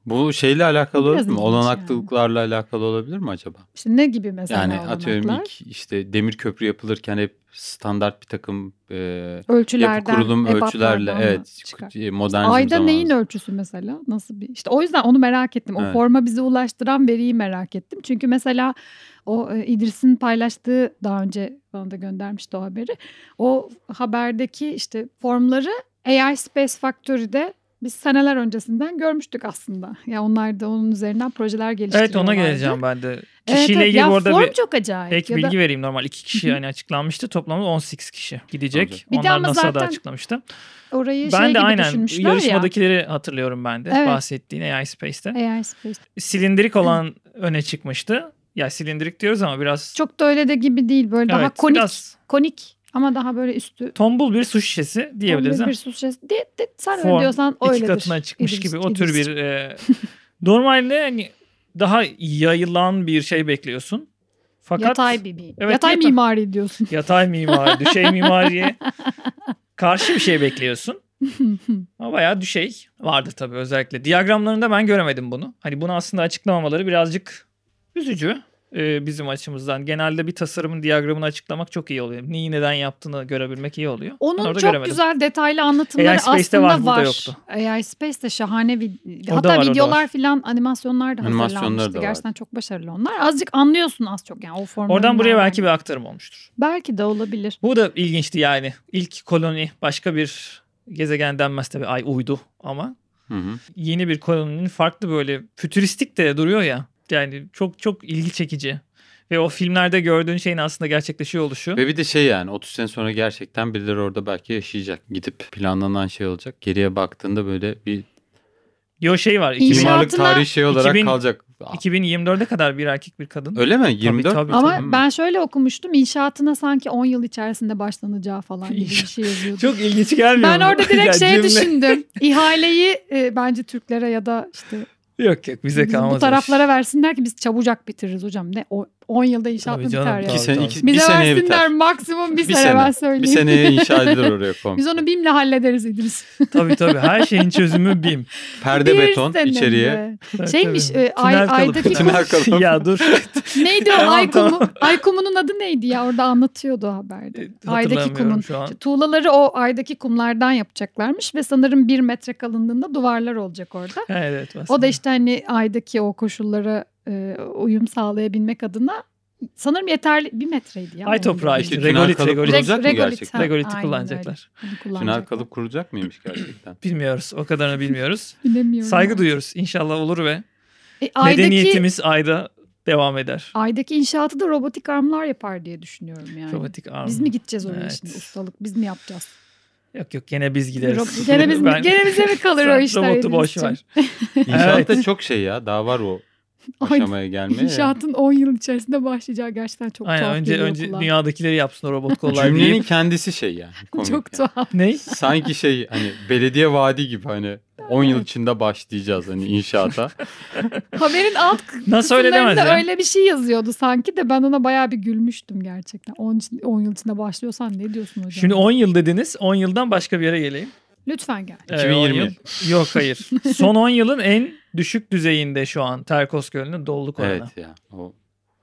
C: Bu şeyle alakalı
B: Biraz
C: olabilir mi?
B: ilginç
C: Olanaklılıklarla alakalı olabilir mi acaba?
B: İşte ne gibi mesela
C: Yani
B: olanaklar?
C: atıyorum ilk işte demir köprü yapılırken hep standart bir takım e, yapı
B: ölçülerden,
C: kurulum ölçülerle
B: ebatlardan mı
C: evet
B: çıkar?
C: çıkar. modernizm
B: Ayda
C: zamanı.
B: neyin ölçüsü mesela? Nasıl bir? İşte o yüzden onu merak ettim. O
C: Evet.
B: forma bize ulaştıran veriyi merak ettim. Çünkü mesela o e, İdris'in paylaştığı daha önce bana da göndermişti o haberi. O haberdeki işte formları AI Space Factory'de biz seneler öncesinden görmüştük aslında. Ya onlar da onun üzerinden projeler geliştiriyorlar.
A: evet ona geleceğim ben de. Kişiyle
B: evet, evet.
A: ilgili
B: Ya
A: orada
B: form
A: bir
B: çok acayip.
A: ek
B: Ya da-
A: bilgi vereyim. Normal iki kişi
B: Hı hı.
A: hani açıklanmıştı. Toplamda 18 kişi gidecek.
C: Olacak.
B: Bir de
A: Onlar
B: ama
A: NASA'da
B: zaten
A: açıklamıştı.
B: orayı
A: Ben
B: şey
A: de
B: gibi
A: aynen
B: düşünmüşler
A: yarışmadakileri hatırlıyorum ben de.
B: Evet.
A: Bahsettiğin AI Space'te.
B: ya. AI Space.
A: silindirik olan öne çıkmıştı. Ya silindirik diyoruz ama biraz
B: Çok da öyle de gibi değil böyle daha
A: Evet,
B: konik
A: biraz
B: konik ama daha böyle üstü
A: tombul bir su şişesi diyebiliriz.
B: Tam
A: ha?
B: bir sus şişesi. De, de, sen
A: Form,
B: öyle diyorsan öyledir. şey
A: İki katına çıkmış
B: İdris,
A: gibi o tür
B: İdris.
A: bir e, normalde hani daha yayılan bir şey bekliyorsun. Fakat
B: yatay bir, bir-
A: Evet,
B: yatay
A: yatay.
B: mimari diyorsun.
A: yatay mimari, düşey mimariye karşı bir şey bekliyorsun. Ama bayağı düşey vardı tabii özellikle. Diyagramlarında ben göremedim bunu. Hani bunu aslında açıklamamaları birazcık üzücü e, bizim açımızdan. Genelde bir tasarımın diyagramını açıklamak çok iyi oluyor. Neyi neden yaptığını görebilmek iyi oluyor. Ben
B: Onun
A: orada
B: çok
A: göremedim.
B: güzel detaylı anlatımları
A: AI Space'te
B: aslında
A: var,
B: var.
A: burada yoktu.
B: AI Space'te şahane bir
A: Orada
B: hatta
A: var, orada
B: videolar
A: var.
B: filan animasyonlar da
C: Animasyonları
B: hazırlanmıştı.
C: da var.
B: Gerçekten çok başarılı onlar. Azıcık anlıyorsun az çok yani o formları.
A: Oradan buraya belki bir aktarım olmuştur.
B: belki de olabilir.
A: Bu da ilginçti yani. İlk koloni başka bir gezegen denmez tabii ay uydu ama
C: Hı hı.
A: yeni bir koloninin farklı böyle fütüristik de duruyor ya. Yani çok çok ilgi çekici. Ve o filmlerde gördüğün şeyin aslında gerçekleşiyor oluşu.
C: Ve bir de şey yani 30 sene sonra gerçekten birileri orada belki yaşayacak. Gidip planlanan şey olacak. Geriye baktığında böyle bir
A: Yo şey var.
B: İyi.
A: 2000
C: mimarlık
B: İnşaatına-
C: tarihi şey olarak
A: 2000
C: kalacak.
A: 2024'e kadar bir erkek bir kadın.
C: Öyle mi? 24
A: tabii.
B: Ama
C: Hmm.
B: ben şöyle okumuştum inşaatına sanki 10 yıl içerisinde başlanacağı falan gibi bir şey yazıyordu.
A: Çok ilginç gelmiyor
B: Ben
A: mu?
B: orada
A: Ya
B: direkt şey
A: cümle-
B: düşündüm. İhaleyi e, bence Türklere ya da işte
A: Yok yok bize
B: biz
A: kalmaz.
B: bu
A: iş.
B: taraflara versinler ki biz çabucak bitiririz hocam. Ne o- 10 yılda inşaat
A: Tabii
B: mı biter
A: canım,
B: yani.
C: İki
A: tabii.
C: sene, iki, bir,
B: Bize
C: seneye
B: versinler
C: biter.
B: maksimum bir,
C: Bir
B: sene,
C: sene.
B: ben
C: Bir
B: söyleyeyim.
C: seneye inşa edilir oraya komple.
B: Biz onu BİM'le hallederiz İdris.
A: tabii tabii her şeyin çözümü BİM.
C: Perde
B: Bir
C: beton
B: senede.
C: içeriye.
A: Tabii,
B: Şeymiş,
A: tabii.
B: e, ay-
A: Tünel kalıp.
B: aydaki-
C: Tünel kalıp.
A: ya dur.
B: Neydi o
A: Tamam,
B: Aykumu?
A: tamam.
B: Aykum'unun adı neydi ya? Orada anlatıyordu o haberde. Aydaki kumun.
A: Hatırlamıyorum şu an.
B: İşte tuğlaları o aydaki kumlardan yapacaklarmış ve sanırım bir metre kalınlığında duvarlar olacak orada.
A: Evet.
B: O
A: aslında.
B: da işte hani aydaki o koşullara e, uyum sağlayabilmek adına sanırım yeterli bir metreydi ya.
A: Ay
B: onun
A: toprağı
B: boyu.
A: işte.
C: Peki,
A: Regolit,
C: tünel kalıp
A: regolit.
B: Reg-
C: Olacak mı
B: regolit,
C: gerçekten?
B: ha,
A: Regolit'i
B: aynen öyle.
A: kullanacaklar.
B: Onu
C: Tünel
B: kullanacaklar.
C: kalıp kuracak mıymış gerçekten?
A: Bilmiyoruz. O kadarını bilmiyoruz.
B: Bilemiyorum.
A: Saygı duyuyoruz. İnşallah olur ve
B: E, aydaki,
A: medeniyetimiz ayda devam eder.
B: Aydaki inşaatı da robotik armlar yapar diye düşünüyorum yani.
A: Robotik arm.
B: Biz mi gideceğiz oraya
A: Evet.
B: şimdi ustalık? Biz mi yapacağız?
A: Yok yok gene biz gideriz.
B: Yok, Gene, biz,
A: Ben-
B: gene bize mi kalır o
A: Sen
B: işler?
A: Robotu
B: eliniz
A: boş
B: için?
A: ver.
C: İnşaatta çok şey ya daha var o
B: Ay,
C: aşamaya gelmeye.
B: İnşaatın 10 yıl içerisinde başlayacağı gerçekten çok
A: Aynen
B: tuhaf
A: önce
B: geliyor
A: önce
B: kulağa.
A: dünyadakileri yapsın o robot kollar
C: Cümlenin
A: deyip.
C: kendisi şey yani. Komik
B: Çok
C: yani.
B: tuhaf.
A: Ney?
C: Sanki şey hani belediye vaadi gibi hani 10 yıl içinde başlayacağız hani inşaata.
B: Haberin alt
A: Nasıl öyle demez
B: kısımlarında
A: ya?
B: öyle bir şey yazıyordu sanki de ben ona bayağı bir gülmüştüm gerçekten. 10, için- 10 yıl içinde başlıyorsan ne diyorsun hocam?
A: Şimdi 10 yıl dediniz. 10 yıldan başka bir yere geleyim.
B: Lütfen gel.
A: Ee,
C: 2020.
A: 10 yıl- Yok hayır. Son 10 yılın en düşük düzeyinde şu an Terkos Gölü'nün doluluk oranı.
C: evet ya. O.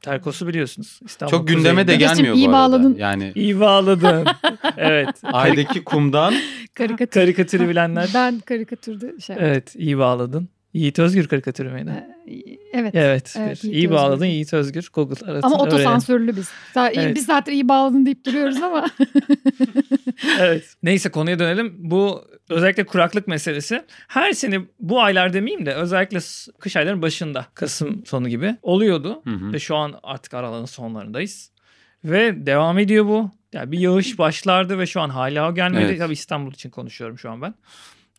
A: Terkos'u biliyorsunuz. İstanbul
C: Çok gündeme
A: kuzeyinde.
C: de
B: Dedeciğim,
C: gelmiyor
B: iyi
C: bu
B: bağladın.
C: arada. Yani
A: İyi bağladın. evet.
C: aydaki kumdan
B: Karikatür.
A: Karikatürü bilenler.
B: Ben karikatürde şey.
A: Evet iyi bağladın. Yiğit Özgür karikatürü müydü?
B: Ee, Evet.
A: Evet.
B: Evet,
A: bir.
B: Yiğit
A: iyi
B: Özgür.
A: bağladın Yiğit Özgür. Google aratın.
B: Ama
A: öğrenin.
B: otosansörlü biz. Sa- iyi-
A: Evet.
B: Biz zaten iyi bağladın deyip duruyoruz ama.
A: evet. Neyse konuya dönelim. Bu özellikle kuraklık meselesi. Her sene bu aylar demeyeyim de özellikle s- kış aylarının başında Kasım sonu gibi oluyordu.
C: Hı hı.
A: Ve şu an artık aralığın sonlarındayız. Ve devam ediyor bu. Yani bir yağış başlardı ve şu an hala o gelmedi.
C: Evet.
A: Tabii İstanbul için konuşuyorum şu an ben.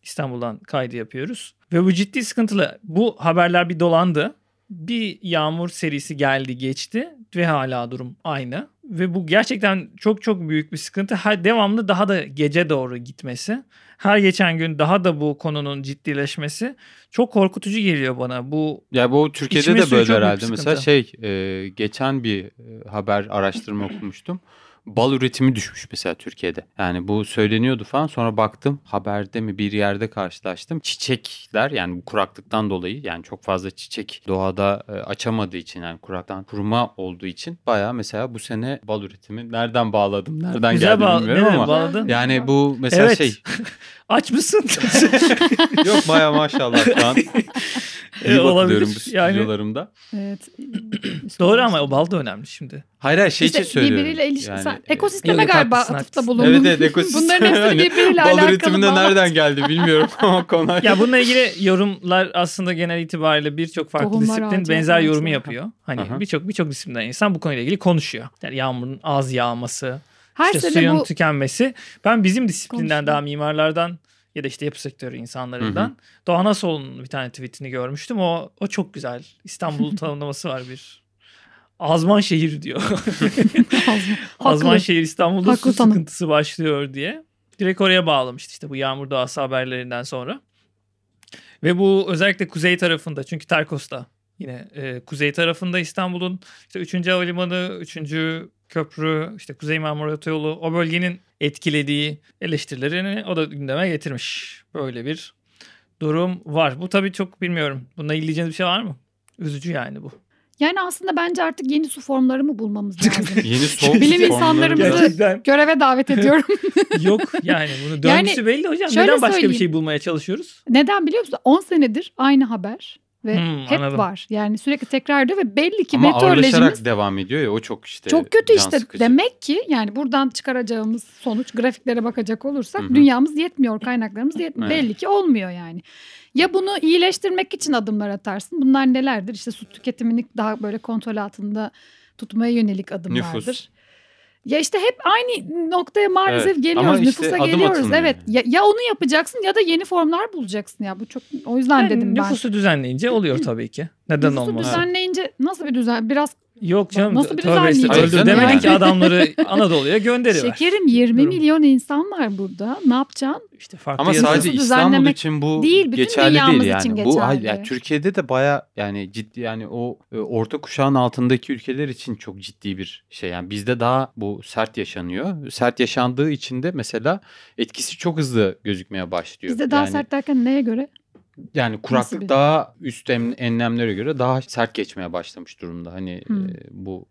A: İstanbul'dan kaydı yapıyoruz. Ve bu ciddi sıkıntılı. Bu haberler bir dolandı. Bir yağmur serisi geldi geçti ve hala durum aynı. Ve bu gerçekten çok çok büyük bir sıkıntı. Ha, devamlı daha da gece doğru gitmesi. Her geçen gün daha da bu konunun ciddileşmesi çok korkutucu geliyor bana. Bu
C: Ya bu Türkiye'de
A: İçme
C: de
A: suyu çok
C: böyle
A: büyük
C: herhalde. Mesela
A: sıkıntı.
C: şey e, geçen bir e, haber araştırma okumuştum. Bal üretimi düşmüş mesela Türkiye'de. Yani bu söyleniyordu falan. Sonra baktım haberde mi bir yerde karşılaştım. Çiçekler yani bu kuraklıktan dolayı yani çok fazla çiçek doğada e, açamadığı için yani kuraktan kuruma olduğu için bayağı mesela bu sene bal üretimi nereden bağladım nereden geldi
A: bağ-
C: bilmiyorum
A: nereye
C: ama.
A: bağladın?
C: yani bu mesela
A: Evet.
C: şey
A: Aç mısın?
C: yok bayağı maşallah şu an.
A: E,
C: İyi bakılıyorum
A: olabilir.
C: bu
A: Yani-
C: stüdyolarımda.
B: evet.
A: Doğru ama o bal da önemli şimdi.
C: Hayır hayır şey
B: İşte
C: için söylüyorum.
B: Birbiriyle ilişki.
C: Yani,
B: sen,
C: e,
B: ekosisteme
A: yok,
B: galiba
A: haklısın,
B: atıfta
A: haklısın.
B: bulundun.
C: Evet evet ekosistem.
B: Bunların hepsi
C: Hani
B: birbiriyle
C: Bal
B: alakalı.
C: üretiminde
B: bağlantı.
C: nereden geldi bilmiyorum ama konu.
A: Ya bununla ilgili yorumlar aslında genel itibariyle birçok farklı
B: Tohumlar
A: disiplin
B: ağacı,
A: benzer
B: ağaçlar.
A: yorumu yapıyor. Hani
C: Aha.
A: birçok birçok disiplinden insan bu konuyla ilgili konuşuyor. Yani yağmurun az yağması,
B: Her
A: işte
B: sene
A: suyun
B: bu
A: tükenmesi. Ben bizim disiplinden
B: Konuşuyor.
A: daha mimarlardan ya da işte yapı sektörü insanlarından Doğan Asol'un bir tane tweetini görmüştüm. O o çok güzel. İstanbul tanımlaması var bir. Azman şehir diyor.
B: Haklı.
A: Azmanşehir İstanbul'da
B: Haklı
A: su
B: tanım.
A: sıkıntısı başlıyor diye. Direkt oraya bağlamıştı işte bu yağmur doğası haberlerinden sonra. Ve bu özellikle kuzey tarafında çünkü Terkos'ta yine e, kuzey tarafında İstanbul'un işte 3. Havalimanı, 3. Köprü, işte Kuzey Marmara Otoyolu o bölgenin etkilediği eleştirilerini o da gündeme getirmiş. Böyle bir durum var. Bu tabii çok bilmiyorum. Bununla ilgileyeceğiniz bir şey var mı? Üzücü yani bu.
B: Yani aslında bence artık yeni su formları mı bulmamız lazım?
C: Yeni soğuk
B: Bilim
C: formları
B: insanlarımızı-
C: biraz-
A: Gerçekten
B: Göreve davet ediyorum.
A: Yok yani bunu
B: Yani
A: döngüsü belli hocam.
B: şöyle
A: Neden başka bir
B: söyleyeyim.
A: şey bulmaya çalışıyoruz?
B: Neden biliyor musun? 10 senedir aynı haber ve
A: Hmm,
B: hep
A: anladım.
B: var. Yani sürekli tekrar ediyor ve belli ki
C: Ama
B: meteorolojimiz
C: ağırlaşarak devam ediyor ya o çok işte
B: çok kötü
C: can
B: işte.
C: sıkıcı.
B: Demek ki yani buradan çıkaracağımız sonuç grafiklere bakacak olursak
C: Hı hı.
B: dünyamız yetmiyor, kaynaklarımız yetmiyor.
C: Evet.
B: Belli ki olmuyor yani. Ya bunu iyileştirmek için adımlar atarsın. Bunlar nelerdir? İşte su tüketimini daha böyle kontrol altında tutmaya yönelik adımlardır.
C: Nüfus.
B: Ya işte hep aynı noktaya maalesef
C: Evet,
B: geliyoruz.
C: ama işte
B: Nüfusa
C: adım
B: geliyoruz.
C: atılmıyor
B: Evet. Ya, ya onu yapacaksın ya da yeni formlar bulacaksın ya. Bu çok o yüzden
A: Yani
B: dedim ben.
A: nüfusu düzenleyince oluyor tabii ki. Neden
B: Nüfusu
A: olmaz?
B: düzenleyince nasıl bir düzen? Biraz
A: Yok canım.
B: Nasıl bir
A: tövbe
B: düzenleyecek?
A: estağfurullah.
C: Hayır canım
A: Demedin
C: yani.
A: ki adamları Anadolu'ya gönderiver.
B: şekerim 20
A: Durum.
B: milyon insan var burada. Ne yapacaksın?
A: İşte farklı
C: Ama
A: yazılar.
C: sadece
B: Nüfusu
C: İstanbul
B: düzenlemek
C: için bu
B: değil, bütün
C: geçerli değil
B: dünyamız
C: yani.
B: için
C: Bu hayır,
B: geçerli.
C: yani Türkiye'de de baya yani ciddi yani o e, orta kuşağın altındaki ülkeler için çok ciddi bir şey. Yani bizde daha bu sert yaşanıyor. Sert yaşandığı için de mesela etkisi çok hızlı gözükmeye başlıyor.
B: Bizde daha
C: yani,
B: sert derken neye göre?
C: Yani
B: Nasıl
C: kuraklık
B: bir-
C: daha üst em- enlemlere göre daha sert geçmeye başlamış durumda. Hani
B: Hmm.
C: e, bu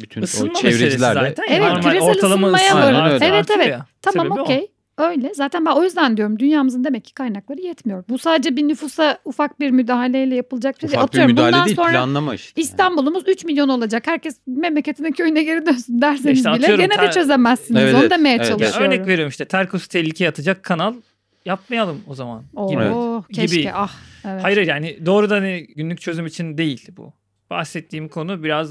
C: bütün
A: Isınma
C: o
A: meselesi
C: çevrecilerle.
A: zaten.
B: Evet,
A: Normal
B: küresel
A: ortalama
B: ısınmaya
A: ısınma
C: varıyor.
A: artıyor
B: Evet, evet.
A: ya.
B: Tamam
A: Sebebi o.
B: okey. Öyle. Zaten ben o yüzden diyorum dünyamızın demek ki kaynakları yetmiyor. Bu sadece bir nüfusa ufak bir müdahaleyle yapılacak bir şey.
C: Ufak bir
B: Atıyorum
C: müdahale
B: bundan
C: değil
B: sonra
C: planlama işte. yani.
B: İstanbul'umuz 3 milyon olacak. Herkes memleketine köyüne geri dönsün derseniz
A: İşte
B: bile
A: atıyorum
B: gene de
A: ta-
B: çözemezsiniz.
C: Evet,
B: Onu
C: evet,
B: demeye
C: evet.
A: Ya
B: çalışıyorum.
A: örnek veriyorum işte. Terkos tehlikeye atacak kanal yapmayalım o zaman. gibi.
C: Evet.
B: Oo, keşke
A: Gibi.
B: ah. Evet.
A: Hayır yani doğrudan hani günlük çözüm için değil bu. Bahsettiğim konu biraz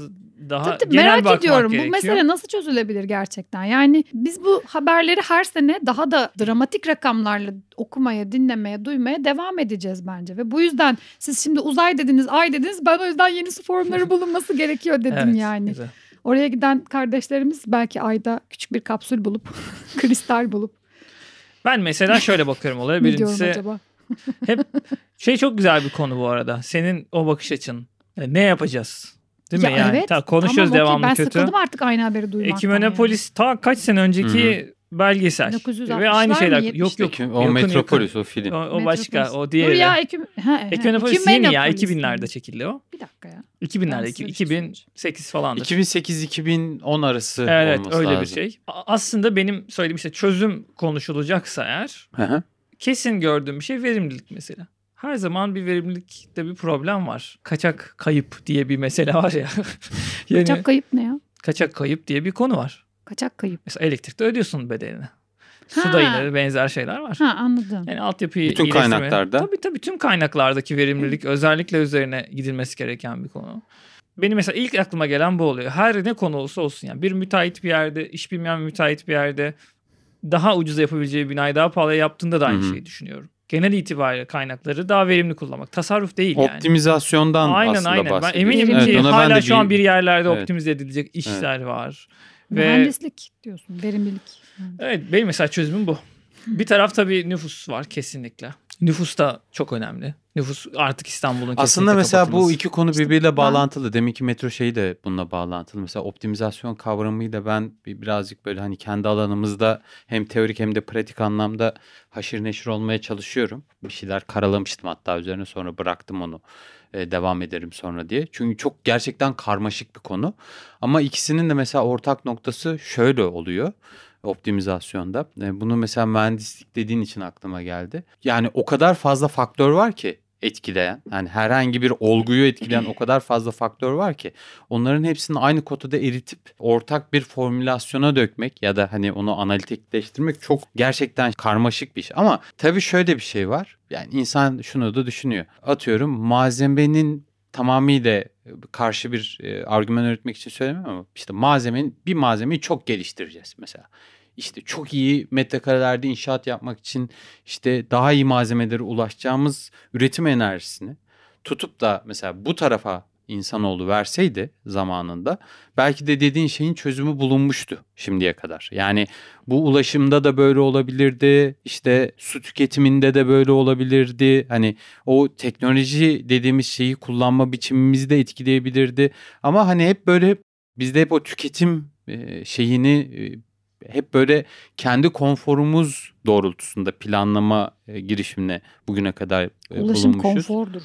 A: daha
B: Tabii tabii,
A: genel
B: merak
A: bakmak
B: ediyorum
A: gerekiyor.
B: bu mesele nasıl çözülebilir gerçekten? Yani biz bu haberleri her sene daha da dramatik rakamlarla okumaya, dinlemeye, duymaya devam edeceğiz bence. Ve bu yüzden siz şimdi uzay dediniz, ay dediniz. Ben o yüzden yenisi formları bulunması gerekiyor dedim
A: Evet,
B: yani.
A: güzel.
B: Oraya giden kardeşlerimiz belki ayda küçük bir kapsül bulup, kristal bulup
A: Ben mesela şöyle bakıyorum olaya.
B: ne diyorum
A: Birincisi
B: acaba?
A: şey çok güzel bir konu bu arada. Senin o bakış açın. E, Ne yapacağız? Değil mi
B: Ya
A: yani?
B: evet,
A: Ta, konuşuyoruz
B: Tamam, okey,
A: devamlı
B: ben
A: kötü.
B: sıkıldım artık aynı haberi duymaktan.
A: Ekimenopolis ta kaç sene önceki belgesel.
B: 1960'lar
A: Ve aynı
B: mı,
A: şeyler. Yok
B: 70'ler
A: yok.
C: Çünkü o
A: yakın,
C: Metropolis
A: yakın.
C: o film.
A: O, o
B: Metropolis.
A: başka. O
B: Dur
A: diğeri.
B: ya Ekim... Ha, ha,
A: Ekimenopolis yeni ya.
B: Ekimenopolis.
A: 2000'lerde çekildi o.
B: Bir dakika ya. Ben
A: 2000'lerde. iki-
B: size bir şey
A: 2008 falandır.
C: 2008-2010 arası
A: Evet
C: olması
A: öyle
C: lazım.
A: bir şey. A- Aslında benim söylediğim işte çözüm konuşulacaksa eğer
C: Hı hı.
A: kesin gördüğüm bir şey verimlilik mesela. Her zaman bir verimlilikte bir problem var. Kaçak kayıp diye bir mesele var ya. yani
B: Kaçak
A: kaçak...
B: kayıp ne ya?
A: kayıp diye bir konu var.
B: Kaçak kayıp.
A: Mesela elektrikte ödüyorsun bedelini. Suda
B: Ha.
A: yine de benzer şeyler var.
B: Ha anladım.
A: Yani altyapıyı
C: Bütün
A: iyileştirme-
C: kaynaklarda.
A: Tabii tabii tüm kaynaklardaki verimlilik özellikle üzerine gidilmesi gereken bir konu. Benim mesela ilk aklıma gelen bu oluyor. Her ne konu olsa olsun yani bir müteahhit bir yerde, iş bilmeyen bir müteahhit bir yerde daha ucuza yapabileceği binayı daha pahalıya yaptığında da aynı
C: Hı hı.
A: şeyi düşünüyorum. Genel itibariyle kaynakları daha verimli kullanmak. Tasarruf değil yani.
C: Optimizasyondan
A: Aynen
C: aslında
A: aynen. Ben
C: bahsediyorsun.
A: eminim
B: Evet,
A: ki
C: ona ben
A: hala
C: de
A: şu an bir yerlerde
C: Evet.
A: optimize edilecek işler var. Ve
B: Mühendislik diyorsun. Verimlilik.
A: Evet benim mesela çözümüm bu. Bir taraf tabii nüfus var kesinlikle. Nüfus da çok önemli. Nüfus artık İstanbul'un
C: Aslında
A: kesinlikle
C: mesela bu
A: kapatılması.
C: iki konu birbiriyle bağlantılı. Deminki metro şeyi de bununla bağlantılı. Mesela optimizasyon kavramıyla ben bir- birazcık böyle hani kendi alanımızda hem teorik hem de pratik anlamda haşır neşir olmaya çalışıyorum. Bir şeyler karalamıştım hatta üzerine sonra bıraktım onu. Ee, devam ederim sonra diye. Çünkü çok gerçekten karmaşık bir konu. Ama ikisinin de mesela ortak noktası şöyle oluyor optimizasyonda. E, Bunu mesela mühendislik dediğin için aklıma geldi. Yani o kadar fazla faktör var ki etkileyen. Yani herhangi bir olguyu etkileyen o kadar fazla faktör var ki onların hepsini aynı kotada eritip ortak bir formülasyona dökmek ya da hani onu analitikleştirmek çok gerçekten karmaşık bir iş. Ama tabii şöyle bir şey var. Yani insan şunu da düşünüyor. Atıyorum malzemenin tamamıyla karşı bir e, argüman üretmek için söylemem ama işte malzemenin bir malzemeyi çok geliştireceğiz mesela. İşte çok iyi metrekarelerde inşaat yapmak için işte daha iyi malzemelere ulaşacağımız üretim enerjisini tutup da mesela bu tarafa insanoğlu verseydi zamanında belki de dediğin şeyin çözümü bulunmuştu şimdiye kadar. Yani bu ulaşımda da böyle olabilirdi. işte su tüketiminde de böyle olabilirdi. Hani o teknoloji dediğimiz şeyi kullanma biçimimizi de etkileyebilirdi. Ama hani hep böyle bizde hep o tüketim e, şeyini e, hep böyle kendi konforumuz doğrultusunda planlama e, girişimine bugüne kadar e,
B: Ulaşım
C: bulunmuşuz.
B: konfordur.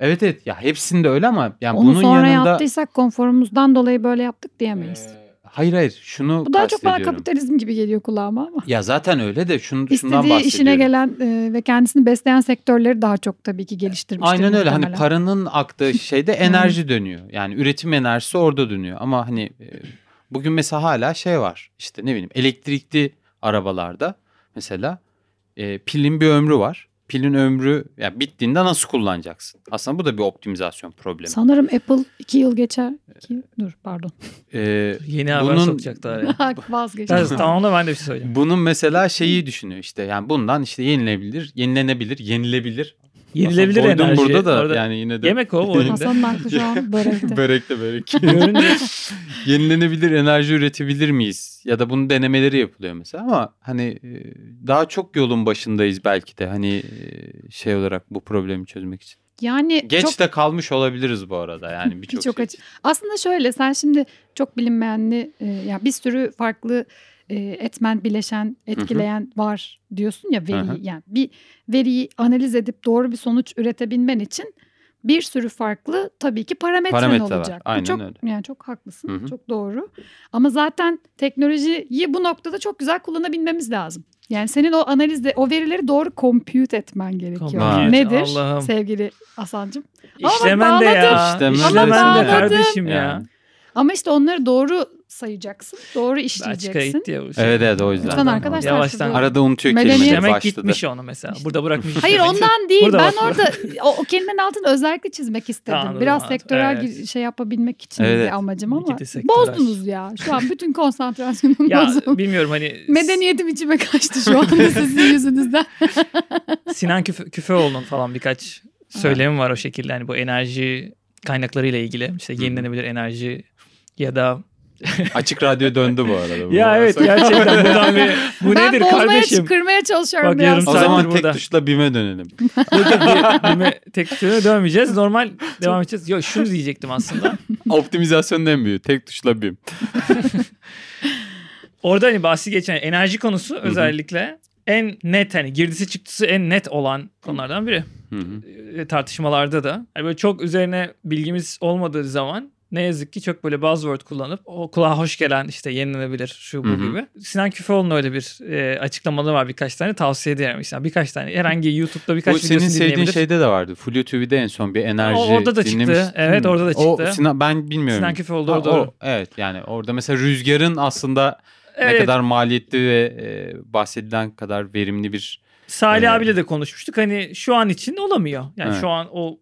C: Evet evet ya hepsinde öyle ama yani
B: Onu
C: bunun
B: sonra
C: yanında
B: yaptıysak konforumuzdan dolayı böyle yaptık diyemeyiz.
C: Ee, hayır hayır şunu
B: Bu daha çok bana
C: kastediyorum.
B: kapitalizm gibi geliyor kulağıma ama.
C: Ya zaten öyle de şunu şundan
B: İstediği
C: bahsediyorum.
B: işine gelen e, ve kendisini besleyen sektörleri daha çok tabii ki geliştirmiştir.
C: Aynen öyle hani
B: muhtemelen.
C: paranın aktığı şeyde enerji dönüyor. Yani üretim enerjisi orada dönüyor ama hani e, bugün mesela hala şey var. İşte ne bileyim elektrikli arabalarda mesela e, pilin bir ömrü var. Pilin ömrü ya bittiğinde nasıl kullanacaksın? Aslında bu da bir optimizasyon problemi.
B: Sanırım Apple iki yıl geçer. Ki, dur pardon.
C: Ee,
A: Yeni haber
C: Bunun-
A: sokacaklar ya.
B: Vazgeçtim.
A: Biraz tamam da ben de bir şey söyleyeceğim.
C: bunun mesela şeyi düşünüyor işte yani bundan işte yenilebilir, yenilenebilir, yenilebilir.
A: Yenilebilir
C: Aslında doydum
A: enerji.
C: burada da
A: Orada-
C: yani yine de
A: Yemek o bu önünde.
B: Hasan'ın aklı şu an börekte.
C: Börekte börek.
A: Görünce-
C: Yenilenebilir enerji üretebilir miyiz? Ya da bunun denemeleri yapılıyor mesela ama hani e, daha çok yolun başındayız belki de hani e, şey olarak bu problemi çözmek için.
A: E,
B: Yani
C: Geç
B: çok
C: de kalmış olabiliriz bu arada yani birçok
B: Birçok
C: şey.
B: açı- Aslında şöyle sen şimdi çok bilinmeyenli e, yani bir sürü farklı e, etmen bileşen etkileyen var diyorsun ya veriyi
C: Hı hı.
B: yani bir veriyi analiz edip doğru bir sonuç üretebilmen için bir sür farklı tabii ki parametren
C: Parametre var,
B: olacak. Bu
C: aynen
B: çok
C: öyle.
B: yani çok haklısın.
C: Hı hı.
B: Çok doğru. Ama zaten teknolojiyi bu noktada çok güzel kullanabilmemiz lazım. Yani senin o analizde o verileri doğru compute etmen gerekiyor.
A: Compute,
B: Nedir
A: Allah'ım.
B: sevgili Hasan'cığım? Ama
A: İşlemen de ya.
C: bağladım.
A: İşlemen de
B: Ama
A: kardeşim
C: Yani.
A: ya.
B: Ama işte onları doğru sayacaksın. Doğru
A: Belçika'ya
B: işleyeceksin.
A: gitti ya bu şey.
C: Evet evet o
B: Lütfen
C: yüzden.
B: arkadaşlar
A: Yavaştan-
B: şurada-
C: Arada unutuyor
B: Medeniyet-
C: kelimeleri
A: Demek
C: başladı.
A: gitmiş onu mesela. Burada bırakmış.
B: Hayır
A: işte.
B: ondan değil.
A: Burada
B: ben
A: başladı.
B: orada o, o kelimenin altını özellikle çizmek istedim.
A: Anladım,
B: Biraz
A: anladım.
B: sektörel
A: Evet.
B: gir- şey yapabilmek için
C: Evet.
B: bir amacım ama
A: İkisi sektörel.
B: bozdunuz ya. Şu an bütün konsantrasyonum
A: Ya
B: bozuldu.
A: bilmiyorum hani
B: Medeniyetim içime kaçtı şu anda sizin yüzünüzden.
A: Sinan Küfe, Küfeoğlu'nun falan birkaç söylemi var o şekilde. Hani bu enerji kaynaklarıyla ilgili. İşte
C: Hı.
A: yenilenebilir enerji ya da
C: Açık radyo döndü bu arada. bu
A: ya
C: arada.
A: evet gerçekten buradan bir bu
B: ben
A: nedir
B: bozmaya
A: kardeşim?
B: çıkırmaya çalışıyorum
A: Bak
B: biraz.
A: yarım
C: O
A: Saattir
C: zaman
A: burada.
C: tek tuşla BİM'e dönelim.
A: Bime tek tuşuna dönmeyeceğiz. Normal devam edeceğiz. Yok şunu diyecektim aslında.
C: Optimizasyonun en büyüğü. Tek tuşla BİM.
A: Orada hani bahsi geçen enerji konusu özellikle en net hani girdisi çıktısı en net olan konulardan biri.
C: Hı hı.
A: e, tartışmalarda da hani böyle çok üzerine bilgimiz olmadığı zaman ne yazık ki çok böyle buzzword kullanıp o kulağa hoş gelen işte yenilenebilir şu bu
C: Hı hı.
A: gibi. Sinan Küfoğlu'nun öyle bir e, açıklamaları var birkaç tane tavsiye ederim. İşte birkaç tane herhangi YouTube'da birkaç
C: Bu senin
A: videosunu
C: sevdiğin şey
A: dinleyebilir.
C: şeyde de vardı. Flu TV'de en son bir enerji
A: O- orada da çıktı.
C: dinlemiştin
A: Evet,
C: mi?
A: orada da
C: O
A: çıktı.
C: Sinan- ben bilmiyorum.
A: Sinan Küfoğlu da
C: Ha,
A: orada.
C: o- evet yani orada mesela rüzgarın aslında ne
A: Evet,
C: kadar maliyetli ve e, bahsedilen kadar verimli bir
A: Salih
C: Evet.
A: abiyle de konuşmuştuk. Hani şu an için olamıyor. Yani
C: e, Evet.
A: şu an o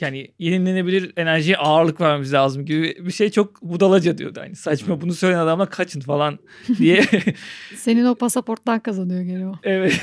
A: yani yenilenebilir enerjiye ağırlık vermemiz lazım gibi bir şey çok budalaca diyordu. Hani saçma bunu söyleyen adamla kaçın falan diye
B: Senin o pasaporttan kazanıyor gene o.
A: Evet.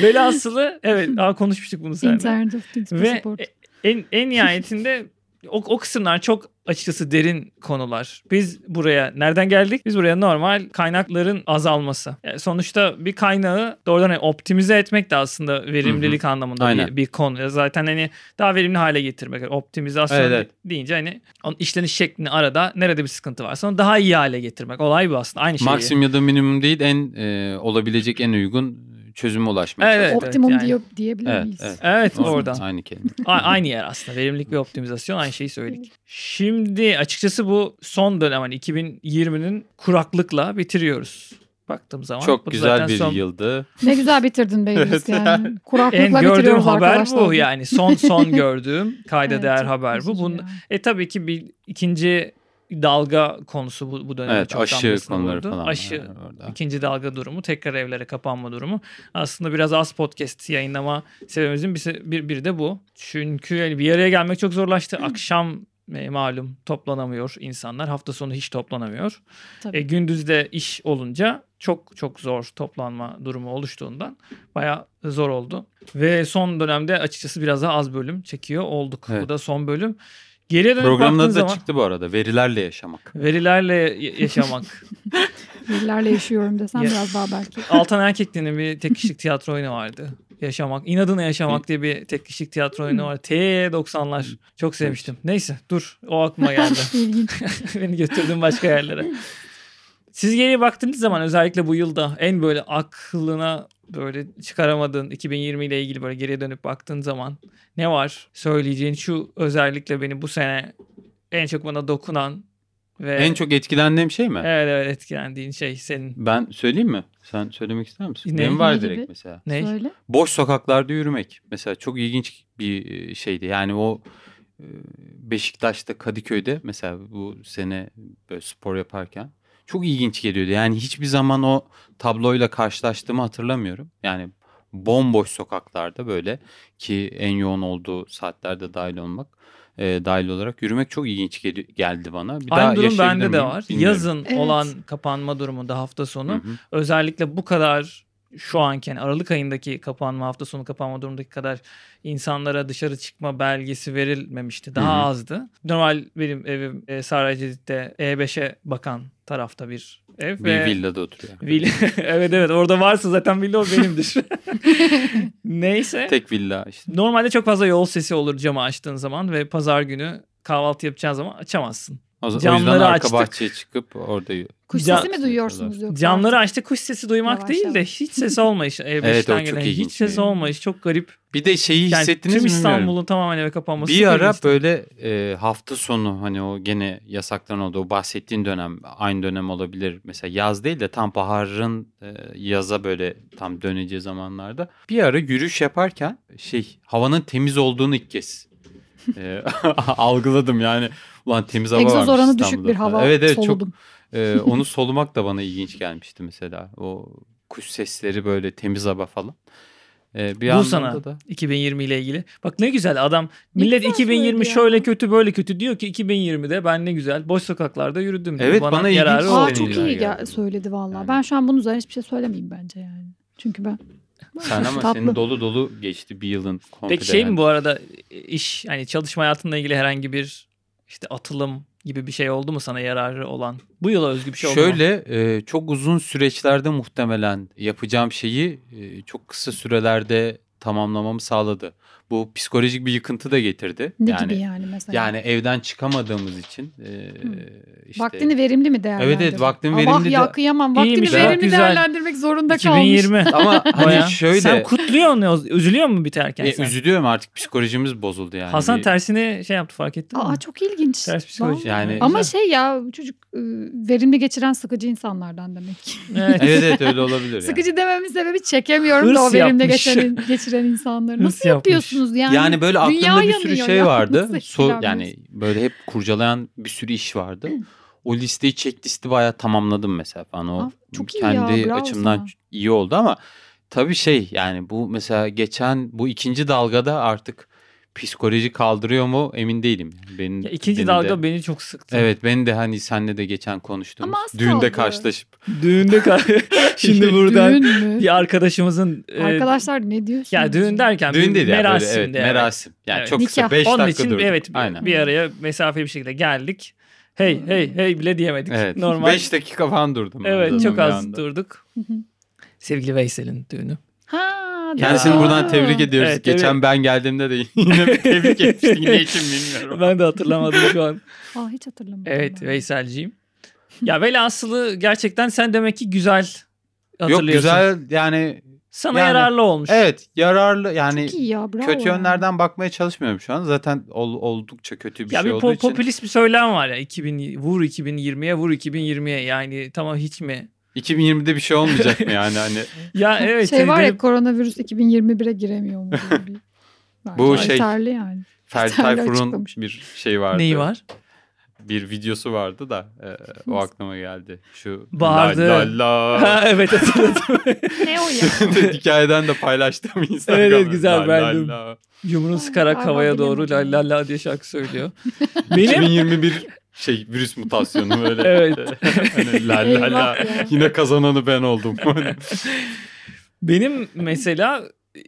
A: Velhasılı evet daha konuşmuştuk bunu seninle.
B: Internet of Things
A: Ve e,
B: pasaport.
A: en, en nihayetinde o, o kısımlar çok açıkçası derin konular. Biz buraya nereden geldik? Biz buraya normal kaynakların azalması. Yani sonuçta bir kaynağı doğrudan hani optimize etmek de aslında verimlilik anlamında bir,
C: Aynen.
A: bir konu. Zaten hani daha verimli hale getirmek. Yani optimizasyon
C: Evet, evet.
A: deyince hani onun işleniş şeklini arada nerede bir sıkıntı varsa onu daha iyi hale getirmek. Olay bu aslında. Aynı şey.
C: maksimum ya da minimum değil en e, olabilecek en uygun çözüme ulaşmaya
A: Evet,
C: çalışıyor.
A: evet,
B: Optimum
A: yani.
B: diyor, diyebilir
C: Evet,
B: miyiz?
C: evet.
A: Evet
C: Doğru,
A: oradan.
C: Aynı kelime.
A: A- aynı yer aslında. Verimlilik ve optimizasyon aynı şeyi söyledik. Şimdi açıkçası bu son dönem hani 2020'nin kuraklıkla bitiriyoruz. Baktığım zaman.
C: Çok
A: bu
C: güzel
A: zaten
C: bir
A: son-
C: yıldı.
B: Ne güzel bitirdin be Yunus
C: Evet,
B: yani.
A: En
B: Kuraklıkla
A: gördüğüm
B: bitiriyoruz
A: haber
B: arkadaşlar.
A: bu yani. Son son gördüğüm kayda
B: Evet,
A: değer
B: çok
A: haber bu.
B: üzücü
A: Bunun,
B: ya.
A: e tabii ki bir ikinci dalga konusu bu, bu dönemde
C: Evet
A: çok
C: aşı konuları falan.
A: Aşı
C: var orada.
A: İkinci dalga durumu, tekrar evlere kapanma durumu. Aslında biraz az podcast yayınlama sebebimizin bir, se- bir, biri de bu. Çünkü yani bir araya gelmek çok zorlaştı.
C: Hmm.
A: Akşam e, malum toplanamıyor insanlar. Hafta sonu hiç toplanamıyor.
B: Tabii.
A: E, gündüz de iş olunca çok çok zor toplanma durumu oluştuğundan baya zor oldu. Ve son dönemde açıkçası biraz daha az bölüm çekiyor olduk.
C: Evet.
A: Bu da son bölüm. Geriye dönüp
C: Programın
A: baktığın
C: adı da
A: zaman
C: çıktı bu arada. Verilerle yaşamak.
A: verilerle y- yaşamak
B: Birilerle yaşıyorum desem
A: e, Ya-
B: biraz daha belki.
A: Altan Erkekli'nin bir tek kişilik tiyatro oyunu vardı. Yaşamak, inadına yaşamak diye bir tek kişilik tiyatro oyunu var. T90'lar. Çok sevmiştim. Neyse dur o aklıma geldi.
B: İlginç.
A: Beni götürdün başka yerlere. Siz geriye baktığınız zaman özellikle bu yılda en böyle aklına böyle çıkaramadığın 2020 ile ilgili böyle geriye dönüp baktığın zaman ne var söyleyeceğin şu özellikle beni bu sene en çok bana dokunan ve
C: En çok etkilendiğim şey mi?
A: evet, evet etkilendiğin şey senin
C: Ben söyleyeyim mi? Sen söylemek ister misin?
A: Ne?
C: Benim var
B: Ne
C: direkt
B: gibi?
C: mesela.
A: ne?
B: Söyle.
C: Boş sokaklarda yürümek mesela çok ilginç bir e, şeydi. Yani o e, Beşiktaş'ta Kadıköy'de mesela bu sene böyle spor yaparken çok ilginç geliyordu. Yani hiçbir zaman o tabloyla karşılaştığımı hatırlamıyorum. Yani bomboş sokaklarda böyle ki en yoğun olduğu saatlerde dahil olmak e, dahil olarak yürümek çok ilginç gel- geldi bana. Bir daha
A: Aynı durum
C: yaşayabilir
A: bende de
C: miyim
A: var.
C: bilmiyorum.
A: Yazın
B: Evet.
A: olan kapanma durumunda hafta sonu
C: Hı hı.
A: özellikle bu kadar şu anki yani Aralık ayındaki kapanma hafta sonu kapanma durumundaki kadar insanlara dışarı çıkma belgesi verilmemişti. Daha
C: Hı hı.
A: azdı. Normal benim evim e, Saraycedik'te E5'e bakan tarafta bir ev.
C: Bir
A: ve-
C: villada oturuyor.
A: Vil- evet evet orada varsa zaten villa o benimdir. Neyse.
C: Tek villa işte.
A: Normalde çok fazla yol sesi olur camı açtığın zaman ve pazar günü kahvaltı yapacağın zaman açamazsın.
C: O, z- o
A: Camları
C: yüzden arka
A: açtık.
C: bahçeye çıkıp orada
B: Kuş
A: Ca-
B: sesi mi duyuyorsunuz yoksa?
A: Camları açtı kuş sesi duymak
B: Yavaş
A: değil de
B: yavaş.
A: hiç ses olmayış. E5'ten
C: Evet, o çok
A: gelen hiç
C: ilginç
A: ses
C: bir-
A: olmayış çok garip.
C: Bir de şeyi
A: Yani
C: hissettiniz
A: tüm
C: mi bilmiyorum.
A: İstanbul'un tamamen eve kapanması.
C: Bir
A: çok
C: ara
A: ilginçti.
C: böyle e, hafta sonu hani o gene yasakların olduğu o bahsettiğin dönem aynı dönem olabilir. Mesela yaz değil de tam baharın e, yaza böyle tam döneceği zamanlarda. Bir ara yürüyüş yaparken şey havanın temiz olduğunu ilk kez e, algıladım yani. Ulan temiz hava
B: Egzoz
C: varmış
B: oranı düşük
C: İstanbul'da
B: bir
C: falan.
B: hava
C: Evet evet çok
B: soludum.
C: Ee, onu solumak da bana ilginç gelmişti mesela. O kuş sesleri böyle temiz hava falan. Ee, bir
A: Bu
C: anlamda
A: sana.
C: da
A: 2020 ile ilgili. Bak ne güzel adam. Millet
B: güzel
A: 2020
B: söyledi ya.
A: şöyle kötü böyle kötü diyor ki 2020'de ben ne güzel boş sokaklarda yürüdüm. diyor.
C: Evet, bana ilginç
A: yararı
C: oldu.
A: oldu.
B: Aa, çok
C: Söylediler
B: iyi gel-
C: yani.
B: söyledi vallahi.
C: Yani.
B: Ben şu an bunun üzerine hiçbir şey söylemeyeyim bence yani. Çünkü ben
C: sen ama
B: Tatlı.
C: senin dolu dolu geçti bir yılın komple.
A: Peki şey mi
C: yani.
A: bu arada iş hani çalışma hayatınla ilgili herhangi bir işte atılım gibi bir şey oldu mu sana yararı olan? Bu yıla özgü bir şey oldu mu?
C: Şöyle e, çok uzun süreçlerde muhtemelen yapacağım şeyi e, çok kısa sürelerde tamamlamamı sağladı. Bu psikolojik bir yıkıntı da getirdi.
B: ne
C: yani,
B: gibi yani mesela?
C: Yani evden çıkamadığımız için e, işte
B: vaktini verimli mi değerlendirdin?
C: Evet, evet, vaktimi
B: Ah
C: verimli
B: ya
C: de-
B: kıyamam. Vaktini
A: İyiymiş,
B: verimli
A: güzel.
B: değerlendirmek zorunda kalmış.
A: 2020.
C: ama
A: Baya.
C: hani şöyle
A: Sen kutluyor mu? Üzülüyor mu biterken
C: e,
A: sen?
C: üzülüyorum artık psikolojimiz bozuldu yani.
A: Hasan
C: Bir-
A: tersini şey yaptı fark ettin mi?
B: Aa çok ilginç.
A: Ters psikoloji.
B: Vallahi.
C: Yani-
B: Ama
A: Güzel.
B: şey ya çocuk e, verimli geçiren sıkıcı insanlardan demek ki.
A: Evet.
C: evet evet öyle olabilir yani.
B: Sıkıcı dememin sebebi çekemiyorum da
A: Hırs
B: o verimli
A: yapmış.
B: geçiren, geçiren insanları. Nasıl
A: Hırs yapmış.
B: yapıyorsunuz yani?
C: Yani böyle
B: Dünya
C: aklımda bir sürü
B: yanıyor
C: şey
B: ya.
C: vardı.
B: Nasıl
C: So, yani
B: ilgilenmiyorsun?
C: böyle hep kurcalayan bir sürü iş vardı. O listeyi check listi bayağı tamamladım mesela falan. O
B: Aa, çok iyi ya,
C: kendi
B: bravo
C: açımdan
B: sana.
C: iyi oldu ama tabii şey yani bu mesela geçen bu ikinci dalgada artık psikoloji kaldırıyor mu emin değilim. Yani Benim,
A: Ya İkinci
C: benim de-
A: dalga beni çok sıktı.
C: Evet ben de hani senle de geçen konuştuğumuz
B: Ama az
C: düğünde
B: kaldı.
C: karşılaşıp
A: Düğünde kar- şimdi buradan
B: Düğün mü?
A: bir arkadaşımızın e,
B: Arkadaşlar ne diyorsunuz?
A: ya düğün derken bir
C: düğün değil yani böyle,
A: merasimde.
C: evet, merasim. Yani
A: Evet.
C: çok
B: Nikah.
C: kısa 5 dakika
A: Onun için
C: durduk.
A: evet bir-
C: Aynen.
A: bir araya mesafeli bir şekilde geldik. Hey hey hey bile diyemedik.
C: Evet.
A: Normal.
C: 5 dakika falan durdum.
A: evet
C: orada
A: çok
C: bir
A: az
C: anda.
A: durduk.
B: Hı hı.
A: Sevgili Veysel'in düğünü.
B: Ha,
C: Kendisini
B: doğru.
C: buradan tebrik ediyoruz.
A: Evet,
C: Geçen
A: evet.
C: ben geldiğimde de yine bir tebrik etmiştin. Yine için bilmiyorum.
A: Ben de hatırlamadım şu an.
B: Aa, hiç hatırlamıyorum.
A: Evet
B: ben.
A: Veysel'ciğim. Ya velhasılı gerçekten sen demek ki güzel
C: Yok
A: hatırlıyorsun.
C: güzel yani
A: Sana
C: Yani-
A: yararlı olmuş.
C: evet yararlı yani
B: Çok iyi ya bravo.
C: hani kötü
B: ya.
C: yönlerden bakmaya çalışmıyorum şu an. Zaten ol- oldukça kötü bir
A: ya
C: şey
A: bir
C: olduğu
A: po-
C: için.
A: popülist bir söylem var ya 2000 vur 2020'ye vur 2020'ye yani tamam hiç mi?
C: 2020'de bir şey olmayacak mı yani hani
A: Ya evet hani
B: şey var ya
A: sevgili-
B: koronavirüs 2021'e giremiyor mu? diye bir-
C: Bu
B: Bence
C: şey-
B: Yeterli yani.
C: Ferdi
B: Sterle
C: Tayfur'un
B: açıklamış.
C: bir şey vardı.
A: neyi var?
C: Bir videosu vardı da e, o aklıma geldi. Şu
A: Bağırdı.
C: la la la
A: Ha, evet hatırladım.
B: ne o ya?
C: hikayeden de paylaştım Instagram'da.
A: Evet, evet, güzel,
C: La la
A: beğendim.
C: la.
A: Yumruğunu
B: Ay,
A: sıkarak
B: ay,
A: havaya
B: ben
A: doğru la
B: bilemedim.
A: la la diye şarkı söylüyor. Benim
C: 2021 şey virüs mutasyonu böyle.
A: Evet.
C: Hani la la la.
B: Eyvah ya.
C: Yine kazananı ben oldum.
A: benim mesela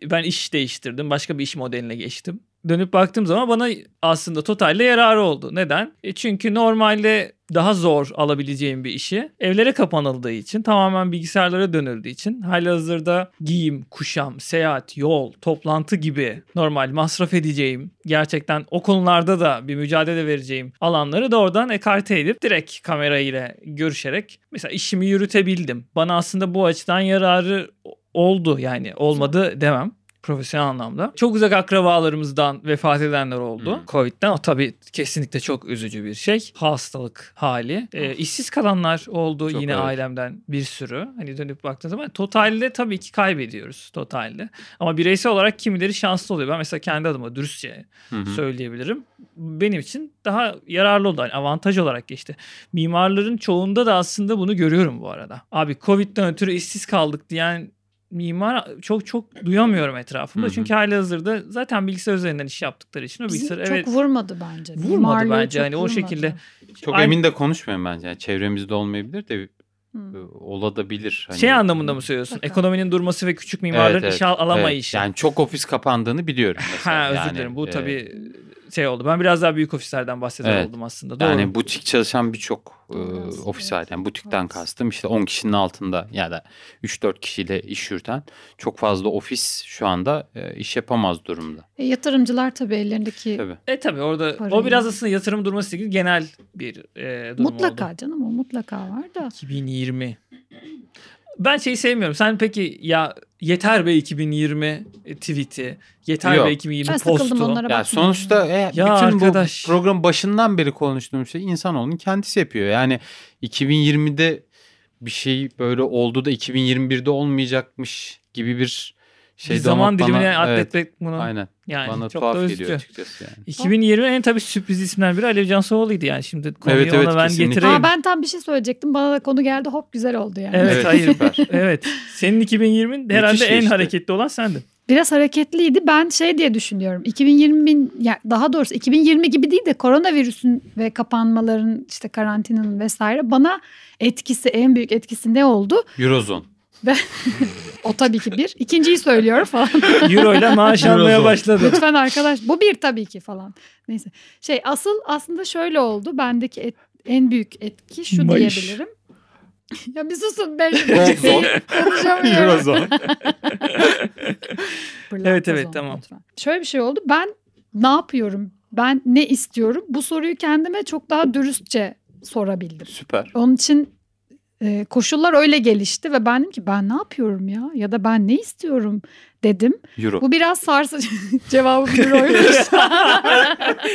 A: ben iş değiştirdim. Başka bir iş modeline geçtim. Dönüp baktığım zaman bana aslında totalde yararı oldu. Neden? E çünkü normalde daha zor alabileceğim bir işi evlere kapanıldığı için tamamen bilgisayarlara dönüldüğü için halihazırda giyim, kuşam, seyahat, yol, toplantı gibi normal masraf edeceğim gerçekten o konularda da bir mücadele vereceğim alanları doğrudan ekarte edip direkt kamera ile görüşerek mesela işimi yürütebildim. Bana aslında bu açıdan yararı oldu yani olmadı demem profesyonel anlamda. Çok uzak akrabalarımızdan vefat edenler oldu.
C: Hmm.
A: Covid'den o tabii kesinlikle çok üzücü bir şey. Hastalık hali. Ee, işsiz kalanlar oldu
C: Ah. Çok
A: yine
C: evet.
A: ailemden bir sürü. Hani dönüp baktığın zaman totalde tabii ki kaybediyoruz totalde. Ama bireysel olarak kimileri şanslı oluyor. Ben mesela kendi adıma dürüstçe
C: Hı hı.
A: söyleyebilirim. Benim için daha yararlı oldu. Yani avantaj olarak geçti. Mimarların çoğunda da aslında bunu görüyorum bu arada. Abi Covid'den ötürü işsiz kaldık diyen mimar çok çok duyamıyorum etrafımda.
C: Hı hı.
A: Çünkü halihazırda zaten bilgisayar üzerinden iş yaptıkları için o
B: Bizim
A: bilgisayar
B: çok
A: evet
B: vurmadı bence.
A: Vurmadı
B: Mimarlığı
A: bence.
B: çok
A: Hani o
B: vurmadı.
A: şekilde-
C: Çok
A: Ay-
C: emin de konuşmuyorum bence. Yani çevremizde olmayabilir de
B: Hmm.
C: e, olabilir. Hani-
A: şey anlamında mı söylüyorsun?
B: Mutlaka.
A: Ekonominin durması ve küçük
C: Evet,
A: mimarların
C: evet,
A: iş al-
C: evet.
A: alamayışı.
C: Yani çok ofis kapandığını biliyorum. mesela.
A: ha özür
C: Yani,
A: dilerim. Bu
C: e,
A: tabii şey oldu. Ben biraz daha büyük ofislerden bahseder
C: Evet.
A: oldum aslında. Doğru.
C: Yani butik çalışan birçok e,
B: Doğru aslında,
C: ofis var.
B: evet.
C: Yani butikten
B: Evet.
C: kastım işte 10 kişinin altında ya da 3-4 kişiyle iş yürüten çok fazla ofis şu anda e, iş yapamaz durumda.
B: E, yatırımcılar tabii ellerindeki
C: Tabii.
A: E tabii orada
B: Parayı-
A: o biraz aslında yatırım durması ilgili genel bir e, durum oldu.
B: mutlaka canım o mutlaka var da.
A: 2020. Ben şeyi sevmiyorum. Sen peki ya yeter be 2020 tweet'i, yeter
C: Yok.
A: be 2020
B: Ben
A: postu.
B: sıkıldım onlara
C: Ya
B: bakmıyorum.
C: sonuçta e, bütün
A: arkadaş.
C: bu program başından beri konuştuğum şey insanoğlunun kendisi yapıyor. Yani 2020'de bir şey böyle oldu da 2021'de olmayacakmış gibi bir
A: Bir
C: Şeyde
A: zaman
C: olmak bana-
A: dilimine
C: evet,
A: atletmek bunu.
C: Aynen.
A: Yani
C: bana
A: çok
C: tuhaf
A: da
C: geliyor
A: üzücü.
C: açıkçası yani.
A: 2020 en tabii sürpriz isimler biri Alevcan Soğulu'ydu yani. Şimdi konuyu
C: Evet, evet,
A: ona ben
C: kesinlikle.
A: getireyim.
B: Aa, ben tam bir şey söyleyecektim. Bana da konu geldi. Hop güzel oldu yani.
A: Evet, hayır.
C: süper.
A: Evet. Senin 2020'nin herhalde en
C: geçti.
A: hareketli olan sendin.
B: Biraz hareketliydi. Ben şey diye düşünüyorum. 2020 bin, ya daha doğrusu 2020 gibi değil de koronavirüsün ve kapanmaların işte karantinanın vesaire bana etkisi en büyük etkisi ne oldu?
C: Eurozone.
B: O tabii ki bir. İkinciyi söylüyorum falan.
A: Euro ile maaş
C: Euro
A: almaya
C: zor.
A: başladı.
B: Lütfen arkadaş bu bir tabii ki falan. Neyse. Şey asıl aslında şöyle oldu. Bendeki et- en büyük etki şu
A: Mayış.
B: diyebilirim. ya bir susun ben
C: Eurozone.
B: konuşamıyorum.
C: Eurozone.
B: Fırlatma
A: Evet, evet,
B: zon
A: tamam.
B: lütfen. Şöyle bir şey oldu. Ben ne yapıyorum? Ben ne istiyorum? Bu soruyu kendime çok daha dürüstçe sorabildim.
C: Süper.
B: Onun için e, koşullar öyle gelişti ve ben dedim ki ben ne yapıyorum ya? Ya da ben ne istiyorum dedim.
C: Euro.
B: Bu biraz sarsıcı. Cevabı bir oymuş.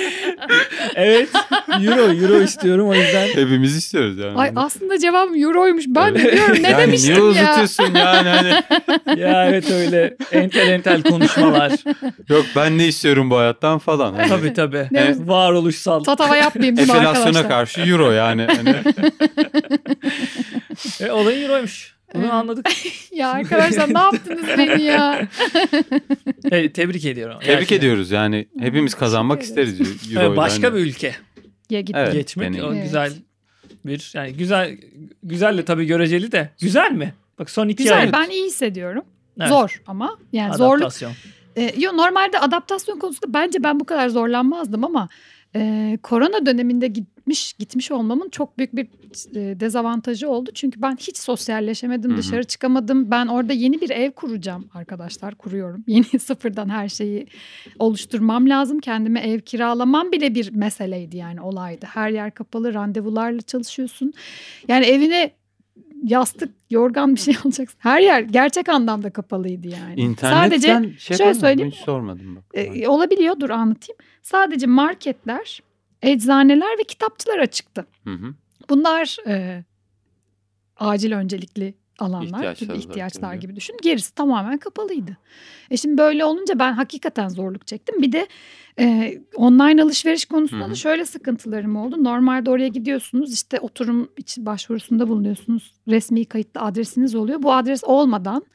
A: evet. Euro, euro istiyorum o yüzden.
C: Hepimiz istiyoruz yani.
B: Ay aslında cevabım euroymuş. Ben
C: Evet.
B: de diyorum ne
C: yani niye
B: demiştim ya.
C: uzatıyorsun yani hani.
A: Ya evet öyle entel entel konuşmalar.
C: Yok ben ne istiyorum bu hayattan falan. Hani
A: tabii tabii. E,
B: Ne-
A: Varoluşsal.
B: Tatava yapmayayım bunu
C: Enflasyona
B: arkadaşlar.
C: karşı euro yani. Hani
A: E, olayın euroymuş.
B: Evet.
A: Bunu anladık.
B: Ya arkadaşlar ne yaptınız beni ya?
A: E, tebrik ediyorum.
C: tebrik
A: Gerçekten.
C: ediyoruz yani. Hepimiz kazanmak
B: Teşekkür
C: isteriz euro.
A: Evet, başka bir ülke
B: Ya gitti.
C: Evet,
A: geçmek
C: deneyim.
A: o
B: Evet.
A: güzel bir yani güzel güzel de tabii göreceli de güzel mi? Bak son iki
B: Güzel
A: aylık.
B: ben iyi hissediyorum.
A: Evet.
B: Zor ama yani zorluk
A: Adaptasyon.
B: E, yo, normalde adaptasyon konusunda bence ben bu kadar zorlanmazdım ama e, korona döneminde gitmiş gitmiş olmamın çok büyük bir e, dezavantajı oldu. Çünkü ben hiç sosyalleşemedim,
C: Hı hı.
B: dışarı çıkamadım. Ben orada yeni bir ev kuracağım arkadaşlar, kuruyorum. Yeni sıfırdan her şeyi oluşturmam lazım. Kendime ev kiralamam bile bir meseleydi yani olaydı. Her yer kapalı, randevularla çalışıyorsun. Yani evine yastık, yorgan bir şey alacaksın. Her yer gerçek anlamda kapalıydı yani. Sadece
C: İnternetten şey
B: şöyle
C: yapamadım,
B: söyleyeyim.
C: Hiç sormadım bak.
B: e, olabiliyor dur anlatayım. Sadece marketler, eczaneler ve kitapçılar açıktı.
C: Hı hı.
B: Bunlar e, acil öncelikli alanlar,
C: İhtiyaçlar
B: gibi,
C: olarak
B: ihtiyaçlar
C: görülüyor.
B: gibi düşün. Gerisi tamamen kapalıydı. E şimdi böyle olunca ben hakikaten zorluk çektim. Bir de e, online alışveriş konusunda
C: Hı
B: da
C: hı.
B: şöyle sıkıntılarım oldu. Normalde oraya gidiyorsunuz işte oturum için başvurusunda bulunuyorsunuz. Resmi kayıtlı adresiniz oluyor. Bu adres olmadan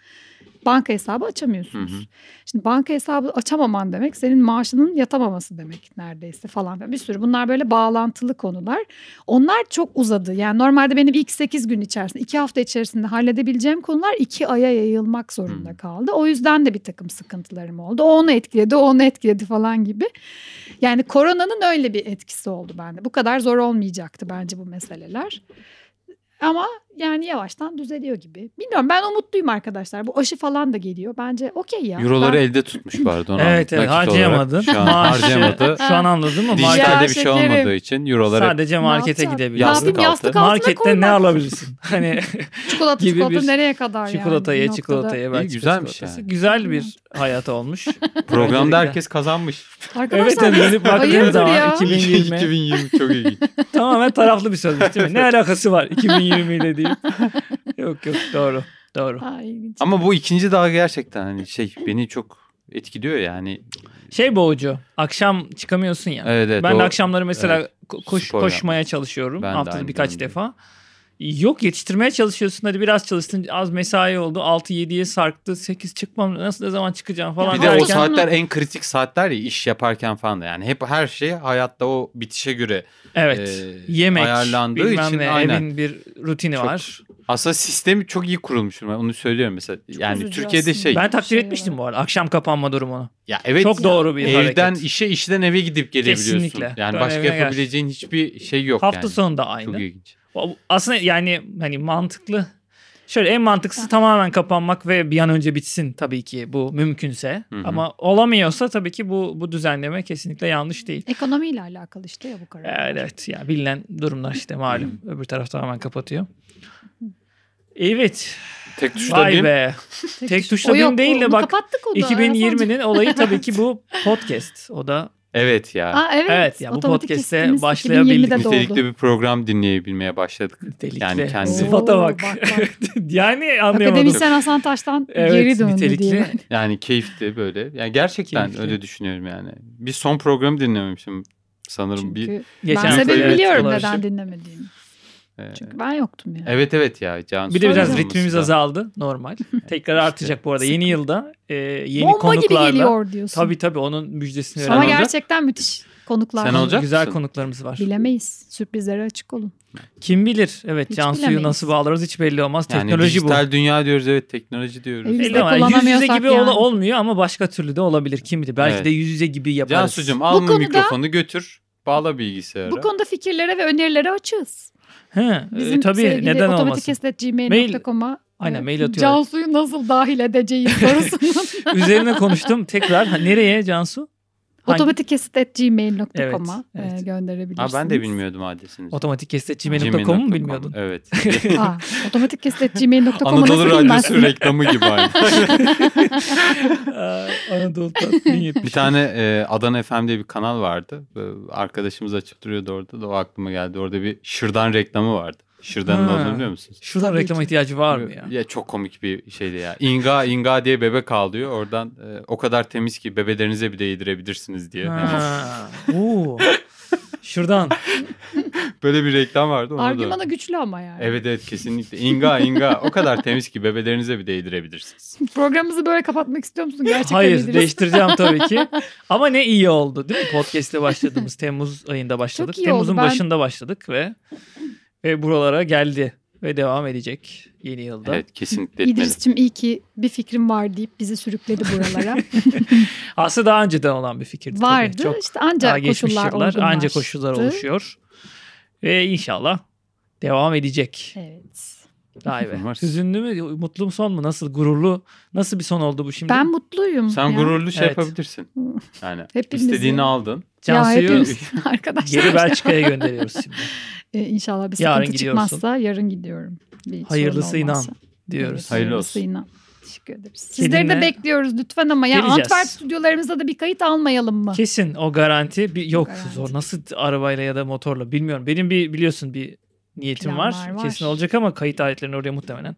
B: banka hesabı açamıyorsunuz.
C: Hı hı.
B: Şimdi banka hesabı açamaman demek senin maaşının yatamaması demek neredeyse falan. Bir sürü bunlar böyle bağlantılı konular. Onlar çok uzadı. Yani normalde benim ilk 8 gün içerisinde, 2 hafta içerisinde halledebileceğim konular 2 aya yayılmak zorunda
C: Hmm.
B: kaldı. O yüzden de bir takım sıkıntılarım oldu. O onu etkiledi, o onu etkiledi falan gibi. Yani koronanın öyle bir etkisi oldu bende. Bu kadar zor olmayacaktı bence bu meseleler. Ama yani yavaştan düzeliyor gibi. Bilmiyorum ben umutluyum arkadaşlar. Bu aşı falan da geliyor. Bence okey ya.
C: Euroları
B: Ben-
C: elde tutmuş pardon.
A: Evet evet harcayamadın.
C: Şu an
A: Maaşı-
C: harcayamadı.
A: Şu an anladın mı?
B: Dijital
A: Market,
C: Dijitalde
B: Ya
C: bir şey
B: şekerim.
C: olmadığı için euroları
A: sadece markete
B: yapacağım?
A: gidebiliyorsun.
B: Ne yapayım,
C: Yastık altı.
B: yastık altına
A: Marketten ne
B: koymak.
A: alabilirsin? Hani
B: Çikolata
A: gibi
B: çikolata
A: bir-
B: nereye kadar yani?
A: çikolataya,
B: Bir noktada-
A: çikolataya belki
C: güzelmiş
A: çikolatası.
C: yani.
A: Güzel bir hayat olmuş.
C: programda
A: Öncelikle-
C: herkes kazanmış.
A: Evet,
B: Arkadaşlar
A: evet dönüp baktığın
B: Hayırdır
A: zaman
B: ya?
A: 2020
C: 2020 çok ilginç.
A: tamamen taraflı bir sözmüş değil mi? Ne alakası var 2020 ile deyip. yok yok doğru. Doğru.
B: Ay, ilginç.
C: Ama bu ikinci dalga gerçekten hani şey beni çok etkiliyor yani.
A: Şey boğucu. Akşam çıkamıyorsun ya.
C: Evet, evet,
A: ben de
C: o-
A: akşamları mesela
C: evet.
A: ko- koş,
C: Spor
A: koşmaya çalışıyorum.
C: Ben de
A: haftada
C: aynı
A: birkaç
C: durumdayım.
A: defa. Yok yetiştirmeye çalışıyorsun. Hadi biraz çalıştın. Az mesai oldu. 6-7'ye sarktı. 8 çıkmam. Nasıl ne zaman çıkacağım falan.
C: Bir de o
A: derken-
C: saatler en kritik saatler ya iş yaparken falan da yani hep her şey hayatta o bitişe göre.
A: Evet.
C: e,
A: yemek.
C: ayarlandığı
A: bilmem
C: için
A: ne,
C: aynen.
A: Evin bir rutini
C: Çok-
A: var.
C: Aslında sistemi çok iyi kurulmuş. Ben onu söylüyorum mesela. yani
B: üzücü
C: Türkiye'de
B: aslında.
C: şey
A: Ben takdir
B: Şey
A: etmiştim
B: var.
A: bu arada. Akşam kapanma durumunu.
C: ya evet
A: Çok doğru bir hareket.
C: evden işe işten eve gidip gelebiliyorsun.
A: Kesinlikle.
C: Yani
A: Dön
C: başka
A: evine gel.
C: yapabileceğin hiçbir şey yok
A: Hafta
C: yani.
A: sonu da
C: Çok
A: aynı.
C: ilginç.
A: O- Aslında yani hani mantıklı. Şöyle en mantıklısı tamamen kapanmak ve bir an önce bitsin tabii ki bu mümkünse.
C: Hı hı.
A: Ama olamıyorsa tabii ki bu bu düzenleme kesinlikle yanlış değil.
B: Ekonomiyle alakalı işte ya bu karar.
A: Evet, evet ya bilinen durumlar işte malum. Öbür taraf tamamen kapatıyor. Evet.
C: Tek tuşla
A: Vay
C: bir
A: be. Tek
B: tuş-
A: tuşla
B: O
A: bin
B: yok,
A: değil de
B: onu
A: bak,
B: Kapattık onu. Hasan Hocam.
A: 2020'nin olayı tabii ki bu podcast. O da
C: Evet ya.
B: Aa, evet.
A: Evet, ya bu
B: Otomatik
A: podcast'e
B: istimiz
A: başlayabildik.
B: 2020'de doğdu.
C: Nitelikli bir program dinleyebilmeye başladık.
A: Nitelikli.
C: Yani kendi-
A: Sıfata
B: Oo,
A: bak.
B: bak.
A: yani anlayamadım.
B: Akademisyen Hasan Taş'tan
A: Evet,
B: geri döndü
A: nitelikli.
B: diye.
C: Yani keyifti böyle. Yani gerçekten
A: Keyifli.
C: öyle düşünüyorum yani. Bir son programı dinlememişim sanırım bir.
B: Çünkü ben
A: Geçen
B: sebebi
C: evet,
B: biliyorum
C: olabilir.
A: şey.
B: neden dinlemediğini.
C: e,
B: Çünkü ben yoktum yani.
C: Evet evet ya Can.
A: Bir de biraz
B: Sorun
A: ritmimiz azaldı normal. Tekrar artacak bu arada. Yeni yılda e, yeni
B: Bomba
A: konuklarla.
B: gibi geliyor diyorsun.
A: Tabii tabii onun müjdesini
C: Sen
B: Ama
C: olacak.
A: verelim.
B: gerçekten müthiş konuklar.
C: Sen olacak
A: Güzel
C: mısın?
A: konuklarımız var.
B: Bilemeyiz. Sürprizlere açık olun.
A: Kim bilir? Evet
B: Hiç
A: Cansu'yu
B: bilemeyiz.
A: nasıl bağlarız hiç belli olmaz.
C: Yani
A: Teknoloji bu.
C: dijital dünya diyoruz evet teknoloji diyoruz.
B: Biz de
A: Belli ama yüz yüze
B: kullanamıyorsak
A: gibi ola-
B: yani.
A: olmuyor ama başka türlü de olabilir. Kim bilir? Belki
C: Evet.
A: de yüz yüze gibi yaparız.
C: Cansu'cum al
B: Bu
C: bu
B: konuda-
C: mikrofonu götür. Bağla bilgisayara.
B: Bu konuda fikirlere ve önerilere açığız.
A: He, e,
B: Bizim
A: tabii
B: sevgili
A: neden olmasın?
B: otomatikestet.gmail.com'a
A: Aynen,
B: e,
A: mail atıyorlar.
B: Cansu'yu nasıl dahil edeceğiz sorusunun
A: Üzerine konuştum tekrar. Ha, nereye Cansu? Hangi-
B: otomatikestet.gmail.com'a
A: Evet, evet.
B: e,
C: Aa,
B: gönderebilirsiniz.
C: ben de bilmiyordum adresini.
A: Otomatik
C: Gmail.com.
A: mu bilmiyordun?
C: Evet.
B: Aa, otomatikestet.gmail.com'a nasıl
C: Anadolu Radyosu
B: bilmezsin?
C: reklamı gibi aynı.
A: Aa, Anadolu Tatmin
C: bir
A: yetmiş.
C: tane e, Adana FM diye bir kanal vardı. Ee, Arkadaşımız açıp duruyordu orada da o aklıma geldi. Orada bir şırdan reklamı vardı. Şırdanın
A: Ha.
C: olduğunu biliyor musunuz?
A: Şuradan
B: Tabii
A: reklama
B: ki.
A: ihtiyacı var mı ya?
C: çok komik bir şeydi ya. İnga inga diye bebek ağlıyor. Oradan e, o kadar temiz ki bebelerinize bile yedirebilirsiniz diye.
A: Ha, Oo. Şuradan.
C: Böyle bir reklam vardı. onu da-
B: Argümanı güçlü ama yani.
C: Evet evet kesinlikle. İnga inga o kadar temiz ki bebelerinize bile yedirebilirsiniz.
B: Programımızı böyle kapatmak istiyor musun? Gerçekten
A: Hayır
B: iyiydiniz.
A: değiştireceğim tabii ki. Ama ne iyi oldu değil mi? Podcast'le başladığımız Temmuz ayında başladık.
B: Çok iyi
A: Temmuz'un
B: oldu, ben-
A: başında başladık ve ve buralara geldi ve devam edecek yeni yılda.
C: Evet kesinlikle etmeli.
B: İdris'cim iyi ki bir fikrim var deyip bizi sürükledi buralara.
A: Aslında daha önceden olan bir fikirdi. tabii.
B: Vardı.
A: Çok
B: işte ancak
A: daha geçmiş
B: koşullar
A: yıllar anca
B: olgunlaştı.
A: koşullar oluşuyor. Ve inşallah devam edecek.
B: Evet.
A: Vay be.
C: Umarız.
A: Hüzünlü mü, mutlu mu son mu? Nasıl gururlu? Nasıl bir son oldu bu şimdi?
B: Ben mutluyum.
C: Sen
B: ya.
C: gururlu şey
A: Evet.
C: yapabilirsin. Yani
B: Hepimizi-
C: istediğini aldın.
A: Cansu'yu
B: Ya hepimiz arkadaşlar.
A: geri Belçika'ya gönderiyoruz şimdi
B: Ee, İnşallah bir
A: Yarın
B: sıkıntı
A: gidiyorsun.
B: çıkmazsa yarın gidiyorum. Bir sorun
A: Hayırlısı inan
B: olmazsa.
A: diyoruz.
B: Evet,
C: Hayırlı
B: hayırlısı
C: olsun.
B: inan. Teşekkür ederiz. Sizleri
A: Kedinle
B: de bekliyoruz lütfen ama ya
A: geleceğiz.
B: Antwerp stüdyolarımızda da bir kayıt almayalım mı?
A: Kesin o garanti bir yok
B: Garanti.
A: zor nasıl arabayla ya da motorla bilmiyorum. Benim bir biliyorsun bir niyetim var.
B: Planlar var.
A: Kesin olacak ama kayıt aletlerini oraya muhtemelen.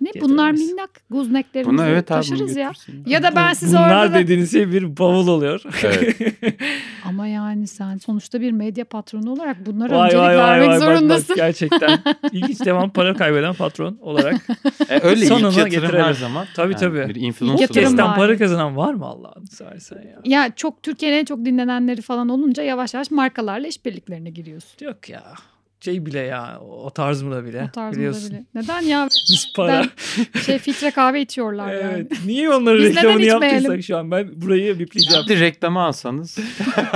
B: ne bunlar
A: Getiririz.
B: minnak guzneklerimizi
C: Buna evet abi. bunu
B: taşırız ya.
C: götürsün.
B: Ya da ben size
A: Bunlar
B: orada da...
A: dediğiniz şey bir bavul oluyor.
C: Evet.
B: Ama yani sen sonuçta bir medya patronu olarak bunlara
A: vay
B: öncelik
A: vay vay
B: vermek
A: vay. Bak, bak,
B: zorundasın.
A: gerçekten. İlginç devam para kaybeden patron olarak.
C: E, öyle ilk
A: Sonuna
C: yatırım her
A: getirelim.
C: zaman.
A: Tabii, tabii.
C: Bir
B: İlk
C: influencer
B: yatırım
C: olarak-
A: Podcast'ten
B: var.
A: para kazanan var mı Allah'ını seversen ya?
B: Ya çok Türkiye'nin en çok dinlenenleri falan olunca yavaş yavaş markalarla işbirliklerine giriyorsun.
A: Yok ya. Şey bile ya o tarz mı da bile.
B: O tarzında
A: biliyorsun.
B: bile. Neden ya?
A: Biz para.
B: Şey filtre kahve içiyorlar yani.
A: Evet. Niye onların
B: Biz neden
A: reklamını yaptıysak
B: içmeyelim?
A: şu an ben burayı bipleyeceğim.
C: Bir reklamı alsanız.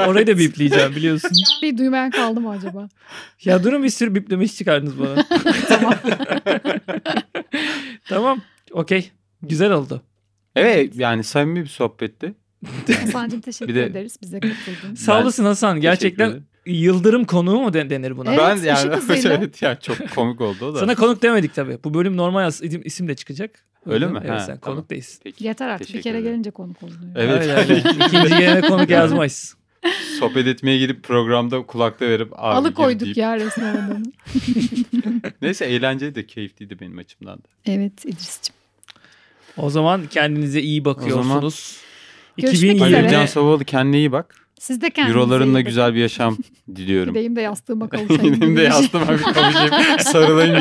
A: Orayı da bipleyeceğim biliyorsun.
B: Bir duymayan kaldı mı acaba?
A: Ya durun bir sürü bipleme iş çıkardınız bana.
B: tamam.
A: tamam. Okey. Güzel oldu.
C: Evet yani samimi bir sohbetti.
B: Hasan'cığım teşekkür
C: Bir de-
B: ederiz bize katıldın.
A: Sağ
C: Ben
A: olasın Hasan.
C: Teşekkür
A: Gerçekten
C: ederim.
A: yıldırım konuğu mu den- denir buna?
B: Evet,
C: ben yani
B: ışık hızıyla.
C: evet yani çok komik oldu o da.
A: Sana konuk demedik tabii. Bu bölüm normal as- isim, isimle çıkacak.
C: Öyle mi?
A: Evet
C: Ha,
A: sen
C: tamam.
A: konuk değilsin.
C: Peki,
B: Yeter artık bir
C: teşekkür
B: kere
C: ederim.
B: gelince konuk olunuyor.
C: Evet.
A: Öyle, öyle. İkinci yerine konuk yazmayız.
C: Sohbet etmeye gidip programda kulakta verip abi
B: Alıkoyduk
C: gir
B: ya resmen adamı.
C: deyip. Neyse eğlenceli de keyifliydi benim açımdan da.
B: evet İdris'ciğim.
A: O zaman kendinize iyi bakıyorsunuz.
B: Görüşmek üzere.
C: Hayır
B: Evet.
C: Can Savoğlu kendine iyi bak.
B: Siz de kendinize iyi
C: Eurolarınla
B: bakın.
C: güzel bir yaşam diliyorum.
B: Gideyim de yastığıma kavuşayım.
C: Benim de yastığıma bir kavuşayım. Sarılayım bir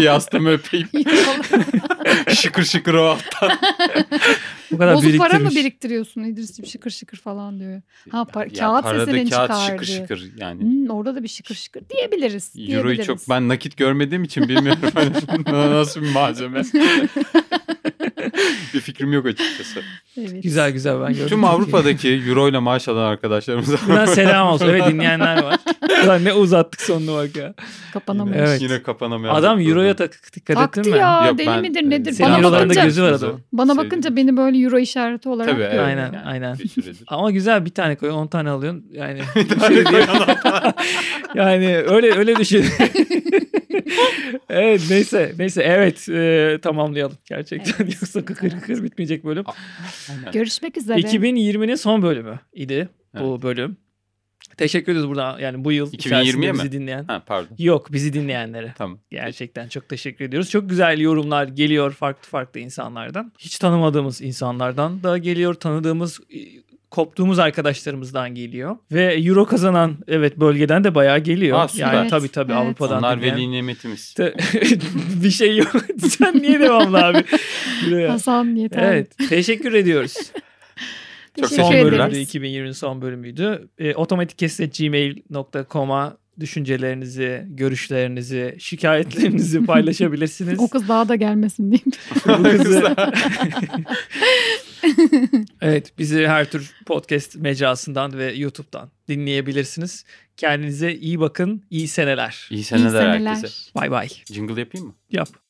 C: yastığımı öpeyim. şıkır şıkır o alttan.
A: Bu kadar
B: Bozuk para mı
A: biriktirmiş.
B: biriktiriyorsun İdris'ciğim şıkır şıkır falan diyor. Ha, par-
C: Ya
B: kağıt
C: parada
B: sesinin
C: kağıt
B: çıkardı.
C: şıkır şıkır yani.
B: Hmm, orada da bir şıkır şıkır diyebiliriz.
C: Euro'yu
B: diyebiliriz.
C: çok ben nakit görmediğim için bilmiyorum hani nasıl bir malzeme. bir fikrim yok açıkçası.
B: Evet.
A: Güzel güzel ben gördüm.
C: Tüm Avrupa'daki Euro ile maaş alan arkadaşlarımıza
A: Buradan selam olsun. Evet dinleyenler var. Ulan ne uzattık sonuna bak ya.
B: Kapanamayız.
A: Evet.
C: yine kapanamayan.
A: Adam
C: bir
A: Euro'ya
C: program.
A: tak- dikkat
B: Taktı
A: ettin mi?
B: ya
C: Yok,
B: deli
C: ben,
B: midir
C: e,
B: nedir?
A: Senin
B: Bana
A: Eurolarında
B: bakınca,
A: gözü var adamın.
B: bana
C: Sevdim.
B: bakınca beni böyle euro işareti olarak
C: Tabii, evet.
A: Aynen,
C: Yani
A: aynen.
C: Bir süredir.
A: Ama güzel bir tane koy 10 tane alıyorsun. Yani yani öyle öyle düşün. evet neyse neyse evet e, tamamlayalım gerçekten
B: Evet.
A: yoksa kıkır kıkır bitmeyecek bölüm.
C: Aynen.
B: Görüşmek üzere.
A: 2020'nin son bölümü idi bu
C: Evet.
A: bölüm. Teşekkür ediyoruz burada yani bu yıl
C: 2020'ye
A: içerisinde
C: mi?
A: bizi dinleyen.
C: Ha pardon.
A: Yok bizi dinleyenlere.
C: Tamam.
A: Gerçekten çok teşekkür ediyoruz. Çok güzel yorumlar geliyor farklı farklı insanlardan. Hiç tanımadığımız insanlardan da geliyor. Tanıdığımız, e, koptuğumuz arkadaşlarımızdan geliyor. Ve Euro kazanan evet bölgeden de bayağı geliyor.
C: Aa, süper.
A: Yani
B: Evet,
A: tabii tabii
B: evet.
A: Avrupa'dan
C: Onlar
A: dinleyen.
C: veli nimetimiz.
A: Te- bir şey yok. Sen niye devamlı abi? Buraya.
B: Hasan yeter.
A: Evet. Teşekkür ediyoruz.
C: Çok
A: son
B: Teşekkür
A: bölümdü.
B: ederiz.
A: 2020'nin son bölümüydü. E, otomatikkestetgmail.com'a düşüncelerinizi, görüşlerinizi, şikayetlerinizi paylaşabilirsiniz.
B: O kız daha da gelmesin diyeyim.
A: Bu kızı- evet bizi her tür podcast mecrasından ve YouTube'dan dinleyebilirsiniz. Kendinize iyi bakın. İyi seneler.
C: İyi
B: İyi
C: seneler herkese.
A: Bay bay.
C: Jingle yapayım mı?
A: Yap.